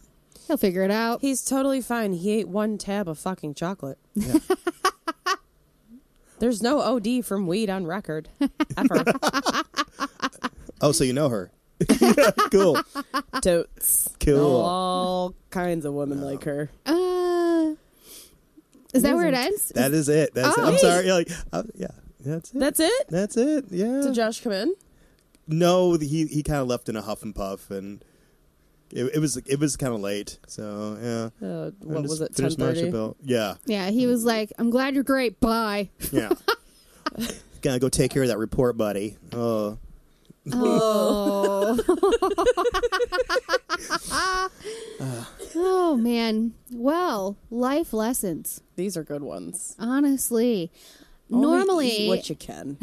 He'll figure it out. He's totally fine. He ate one tab of fucking chocolate. Yeah. [LAUGHS] There's no OD from weed on [LAUGHS] record ever. Oh, so you know her. [LAUGHS] cool. Totes. Cool. Know All kinds of women like [LAUGHS] her. Uh, is that where it ends? That is it. That's it. Oh. I'm sorry. Yeah, like, uh, yeah, that's it. That's it. that's it. Yeah. Did Josh come in? No, he he kind of left in a huff and puff, and it, it was it was kind of late. So yeah, Uh, I what just was it? Ten finished my thirty. Chappelle. Yeah, Yeah, he was like, I'm glad you're great. [LAUGHS] Bye. yeah. Gotta go take care of that report, buddy. Oh, [LAUGHS] Oh. [LAUGHS] oh man. Well, life lessons. These are good ones. Honestly. Only normally eat what you [LAUGHS] can.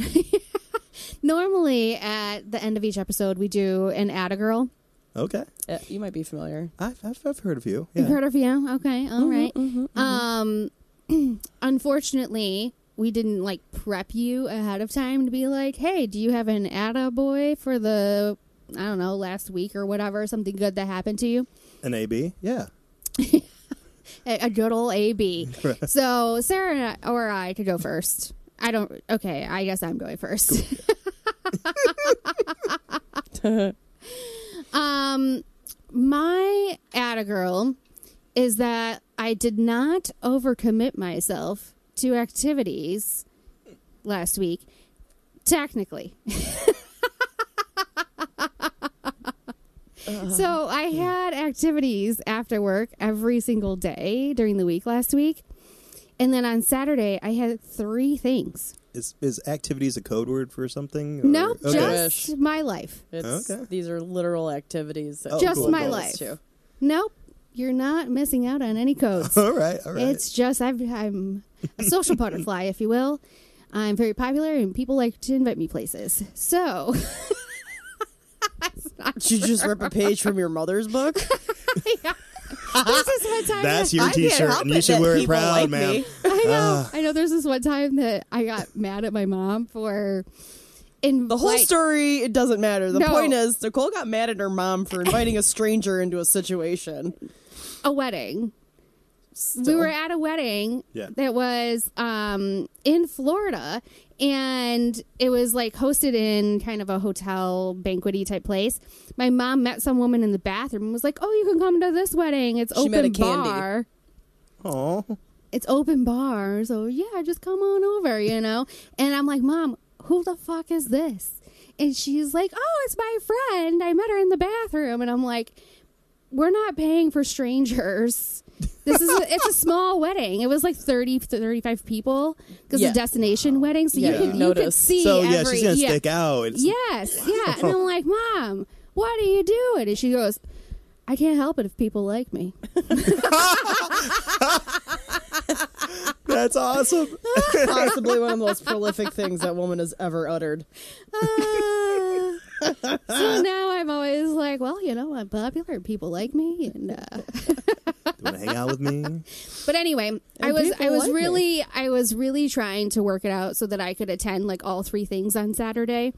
normally at the end of each episode we do an add a girl. okay. Uh, you might be familiar. I've I've, I've heard of you. Yeah. You've heard of you? Okay, all Mm-hmm. right. Um [CLEARS THROAT] unfortunately we didn't like prep you ahead of time to be like, hey, do you have an atta boy for the I don't know, last week or whatever, something good that happened to you? An AB. Yeah. a, a good old AB. so Sarah and I, or I could go first. I don't. Okay, I guess I'm going first. [LAUGHS] um, my atta girl is that I did not overcommit myself to activities last week. Technically. Uh-huh. So I had activities after work every single day during the week last week. And then on Saturday, I had three things. Is is activities a code word for something? or- No, Okay. just my life. It's, Okay. These are literal activities. That Oh, just cool, my cool. life. Nope, you're not missing out on any codes. [LAUGHS] [LAUGHS] all right. All right. It's just I've, I'm a social butterfly, if you will. I'm very popular, and people like to invite me places. So [LAUGHS] Did you just rip a page from your [LAUGHS] mother's book? Uh-huh. this is what time that's that- your I can't T-shirt, Ah. help and you it should that wear it people proud, like man. me. I know. I know. There's this one time that I got mad at my mom for in The whole like, story, it doesn't matter. The [LAUGHS] No. point is, Nicole got mad at her mom for inviting a stranger into a [LAUGHS] situation. a wedding. We were at a wedding Yeah. that was um, in Florida, and it was like hosted in kind of a hotel banquety type place. My mom met some woman in the bathroom and was like, "Oh, you can come to this wedding. It's She open met a candy. bar." Oh, it's open bar, so yeah, just come on over, you know? And I'm like, Mom, who the fuck is this? And she's like, Oh, it's my friend. I met her in the bathroom. And I'm like, We're not paying for strangers. This is a, it's a small wedding. It was like 30 to 35 people because Yeah. it's a destination wedding, so Yeah. you could you could Notice. see so yeah, every she's gonna yeah. stick out. It's- Yes, yeah. And I'm like, Mom, what are you doing? And she goes, I can't help it if people like me. That's awesome. Possibly one of the most prolific things that woman has ever uttered. Ah. so now I'm always like, well, you know, I'm popular. People like me, and uh, Want to hang out with me? but anyway, I And was people I was like me. really I was really trying to work it out so that I could attend like all three things on Saturday.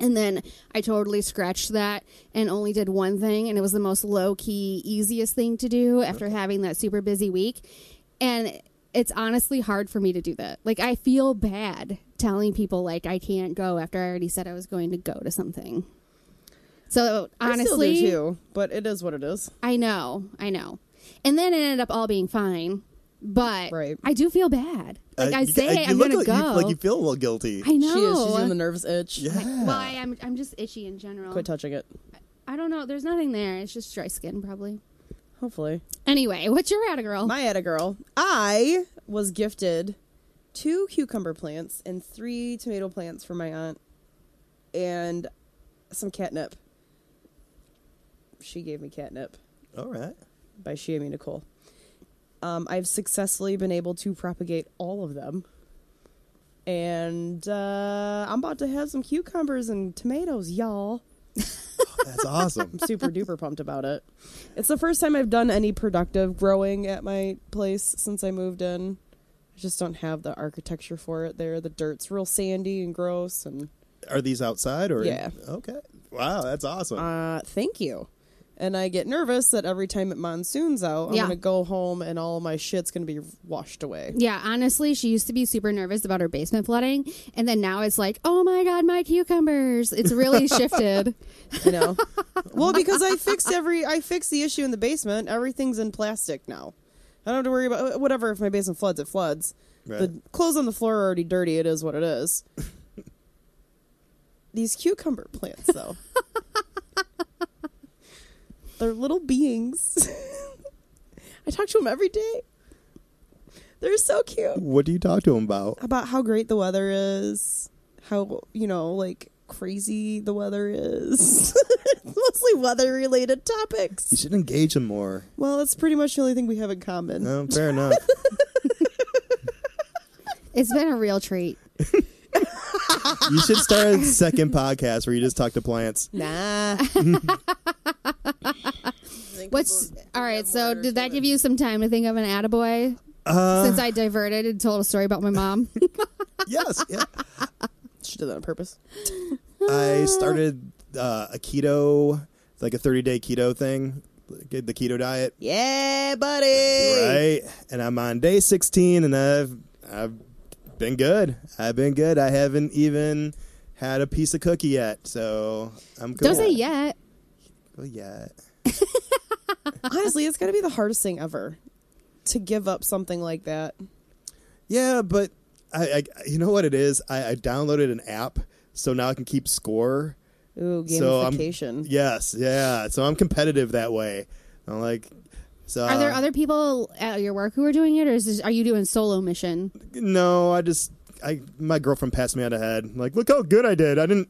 And then I totally scratched that and only did one thing, and it was the most low key, easiest thing to do after having that super busy week. And it's honestly hard for me to do that. Like, I feel bad telling people, like, I can't go after I already said I was going to go to something. So, honestly, I still do too, but it is what it is. I know, I know. And then it ended up all being fine, but Right. I do feel bad. Like Uh, I you- say, uh, you I'm look gonna like go. You, like you feel a little guilty. I know. She is. She's in the nervous itch. yeah. well, I am. I'm just itchy in general. Quit touching it. I don't know. There's nothing there. It's just dry skin, probably. Hopefully. Anyway, what's your at girl? My a girl. I was gifted two cucumber plants and three tomato plants from my aunt and some catnip. She gave me catnip. All right. By she, I mean Nicole. Um, I've successfully been able to propagate all of them. And uh, I'm about to have some cucumbers and tomatoes, y'all. That's awesome. [LAUGHS] I'm super duper pumped about it. It's the first time I've done any productive growing at my place since I moved in. I just don't have the architecture for it there. The dirt's real sandy and gross and Are these outside or? Yeah. Okay. Wow, that's awesome. uh thank you. And I get nervous that every time it monsoons out, I'm Yeah. gonna go home and all my shit's gonna be washed away. Yeah, honestly, she used to be super nervous about her basement flooding, and then now it's like, oh my god, my cucumbers. It's [LAUGHS] really shifted. You know? well, because I fixed every I fixed the issue in the basement. Everything's in plastic now. I don't have to worry about whatever if my basement floods, it floods. The Right. clothes on the floor are already dirty. It is what it is. These cucumber plants, though, they're little beings. [LAUGHS] I talk to them every day. They're so cute. What do you talk to him about? About how great the weather is, how, you know, like crazy the weather is. [LAUGHS] Mostly weather related You topics. should engage him more. Well, that's pretty much the only thing we have in common. No, fair enough. It's been a real treat. You should start a second podcast where you just talk to plants. Nah. What's all right? So did that give you some time to think of an attaboy? Uh, Since I diverted and told a story about my mom. yes. Yeah. she did that on purpose. I started uh, a keto, like a 30 day keto thing, like, the keto diet, Yeah, buddy. right? And I'm on day 16, and I've I've been good. I've been good. I haven't even had a piece of cookie yet, so I'm cool. Don't say yet. Oh, yeah. Honestly, it's gonna be the hardest thing ever to give up something like that. Yeah, but I, I you know what it is? I, I downloaded an app, so now I can keep score. Ooh, So I'm- gamification. Yes, yeah. So I'm competitive that way. I'm like, so Are there other people at your work who are doing it, or is this, are you doing solo mission? No, I just I my girlfriend passed me on the head. like, look how good I did. I didn't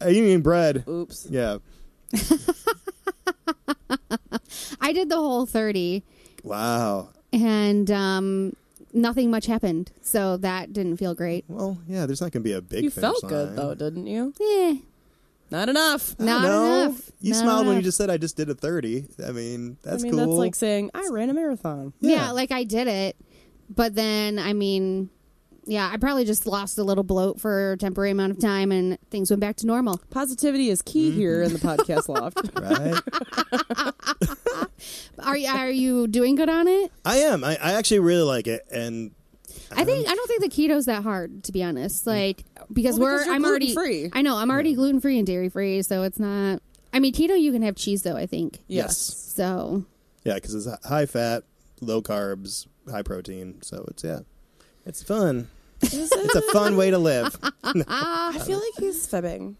I didn't eat bread. Oops. Yeah. I did the whole thirty, Wow. and um, nothing much happened, so that didn't feel great. Well, yeah. There's not gonna be a big. You finish felt good line. though, didn't you? Eh, Not enough. I not don't know. enough. You Not smiled when you enough. just said I just did a thirty. I mean, that's I mean, cool. that's like saying I ran a marathon. yeah. like I did it, but then I mean, yeah, I probably just lost a little bloat for a temporary amount of time and things went back to normal. Positivity is key here in the podcast loft. [LAUGHS] right? Are you are you doing good on [LAUGHS] it? I am. I, I actually really like it, and I think I don't think the keto's that hard to be honest. Like because Well, we're because you're I'm already gluten-free. I know I'm already gluten free and dairy free, so it's not. I mean keto you can have cheese though I think. yes, So yeah, because it's h- high fat, low carbs, high protein. So it's yeah, it's fun. it's a fun way [LAUGHS] to live. I feel like he's fibbing.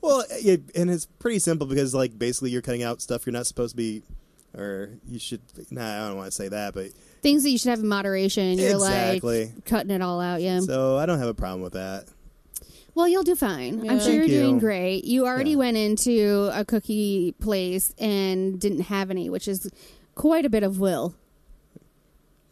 Well, yeah, and it's pretty simple because like basically you're cutting out stuff you're not supposed to be, or you should. Nah, I don't want to say that, but things that you should have in moderation. You're Exactly. like cutting it all out. Yeah. so I don't have a problem with that. well, you'll do fine. I'm Yeah. sure you're Thank you. doing great. You already Yeah. went into a cookie place and didn't have any, which is quite a bit of will.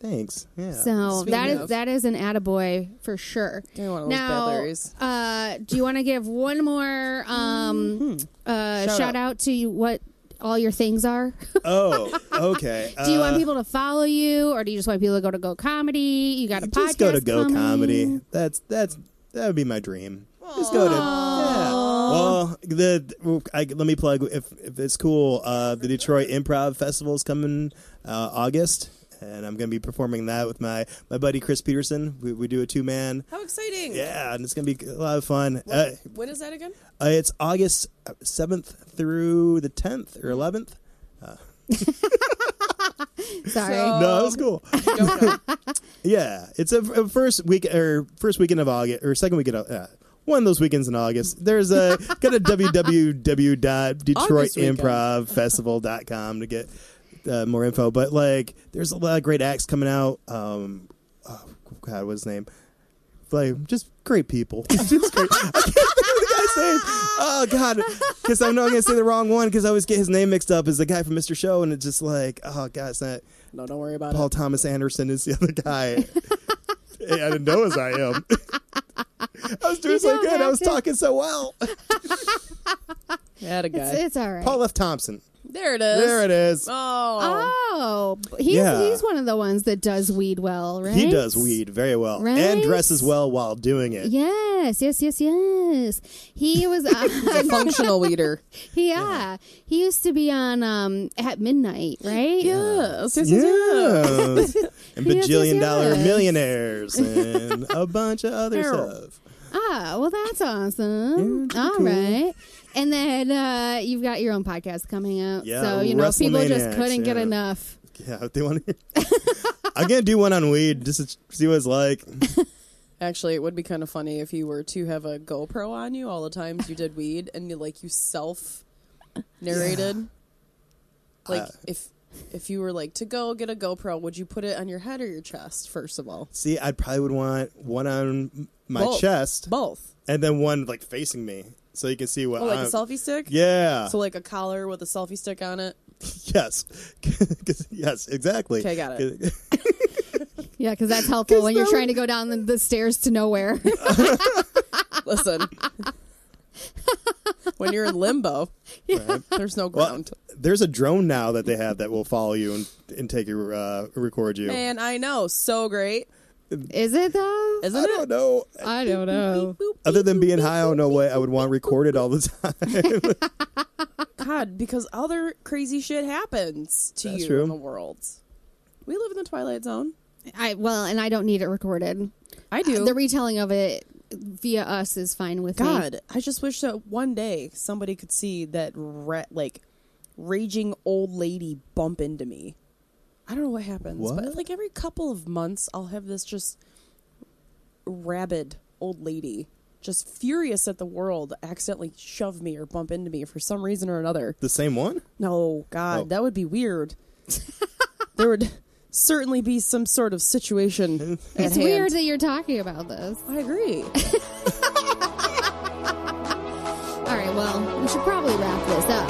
Thanks. Yeah. So Speaking that is of. that is an attaboy for sure. Give me one of those bad Now, berries. uh, do you want to give one more Hmm. um, uh, shout, Shout out. to you, what all your things are? oh, okay. [LAUGHS] do you want uh, people to follow you, or do you just want people to go to Go Comedy? You got a podcast Uh, just go to Go coming. Comedy? That's that's that would be my dream. Just go to. Yeah. Well, the I, let me plug if if it's cool. Uh, the Detroit Improv Festival is coming uh, August, and I'm going to be performing that with my my buddy Chris Peterson. We, we do a two man. How exciting! Yeah, and it's going to be a lot of fun. Uh, When is that again? uh, it's August seventh through the tenth or eleventh. Sorry. So- no, that [LAUGHS] was cool. Don't know. Yeah, it's a, a first week or first weekend of August or second weekend of uh, one of those weekends in August. There's a go to www.detroitimprovfestival.com to get uh, more info. But like, there's a lot of great acts coming out. Um, oh, God, what's his name? Like, just great people. [LAUGHS] Just great. I can't think of the guy's name. Oh God, because I know I'm gonna say the wrong one because I always get his name mixed up as the guy from Mr. Show, and it's just like, oh God, it's not. No, don't worry about Paul Thomas Anderson is the other [LAUGHS] guy. Hey, I didn't know as I am. I was doing You so don't good. I have was to. talking so well. it. That a guy. it's, it's all right. Paul F. Thompson. there it is. There it is. Ah. Oh, oh, he's, Yeah. he's one of the ones that does weed well, right? He does weed very well and Right? dresses well while doing it. Yes, yes, yes, yes. He [LAUGHS] was [LAUGHS] on, Functional leader. yeah. He used to be on um at midnight, right? Yes. yes, yes, yes. Yes. [LAUGHS] and Yes, yes, bajillion dollar yes. [LAUGHS] millionaires and a bunch of other Harold. stuff. Ah, well, that's awesome. Yeah, All right, And then uh, you've got your own podcast coming out. Yeah, so, you know, if people just WrestleManiacs, couldn't get yeah. enough. Yeah, if they want to. [LAUGHS] I'm gonna do one on weed just to see what it's like. Actually, it would be kind of funny if you were to have a GoPro on you all the times you did weed and you like you self narrated. Like Uh, if if you were like to go get a GoPro, would you put it on your head or your chest first of all? See, I probably would want one on my Both. chest Both. and then one like facing me, so you can see what. Oh, like I'm- a selfie stick? Yeah. So like a collar with a selfie stick on it. [LAUGHS] yes. [LAUGHS] 'Cause- yes. Exactly. [LAUGHS] Okay, got it. Yeah, because [LAUGHS] that's helpful when you're trying to go down the, the stairs to nowhere. Listen. when you're in limbo, there's no Well, ground. there's a drone now that they have that will follow you and, and take your uh, record you. Man, I know. So great. [LAUGHS] Is it, though? Isn't I it? don't know. I don't Oh. know. Boop. Other than being high, I don't know what I would want recorded all the [LAUGHS] time. God, because other crazy shit happens to That's you true. in the world. We live in the Twilight Zone. I Well, and I don't need it recorded. I do. The retelling of it via us is fine with me. God, I just wish that one day somebody could see that ra- like raging old lady bump into me. I don't know what happens, but What? like every couple of months, I'll have this just rabid old lady just furious at the world accidentally shove me or bump into me for some reason or another. the same one? No, God, Oh. that would be weird. there would certainly be some sort [LAUGHS] of situation. at It's hand. weird that you're talking about this. I agree. All right, well, we should probably wrap this up.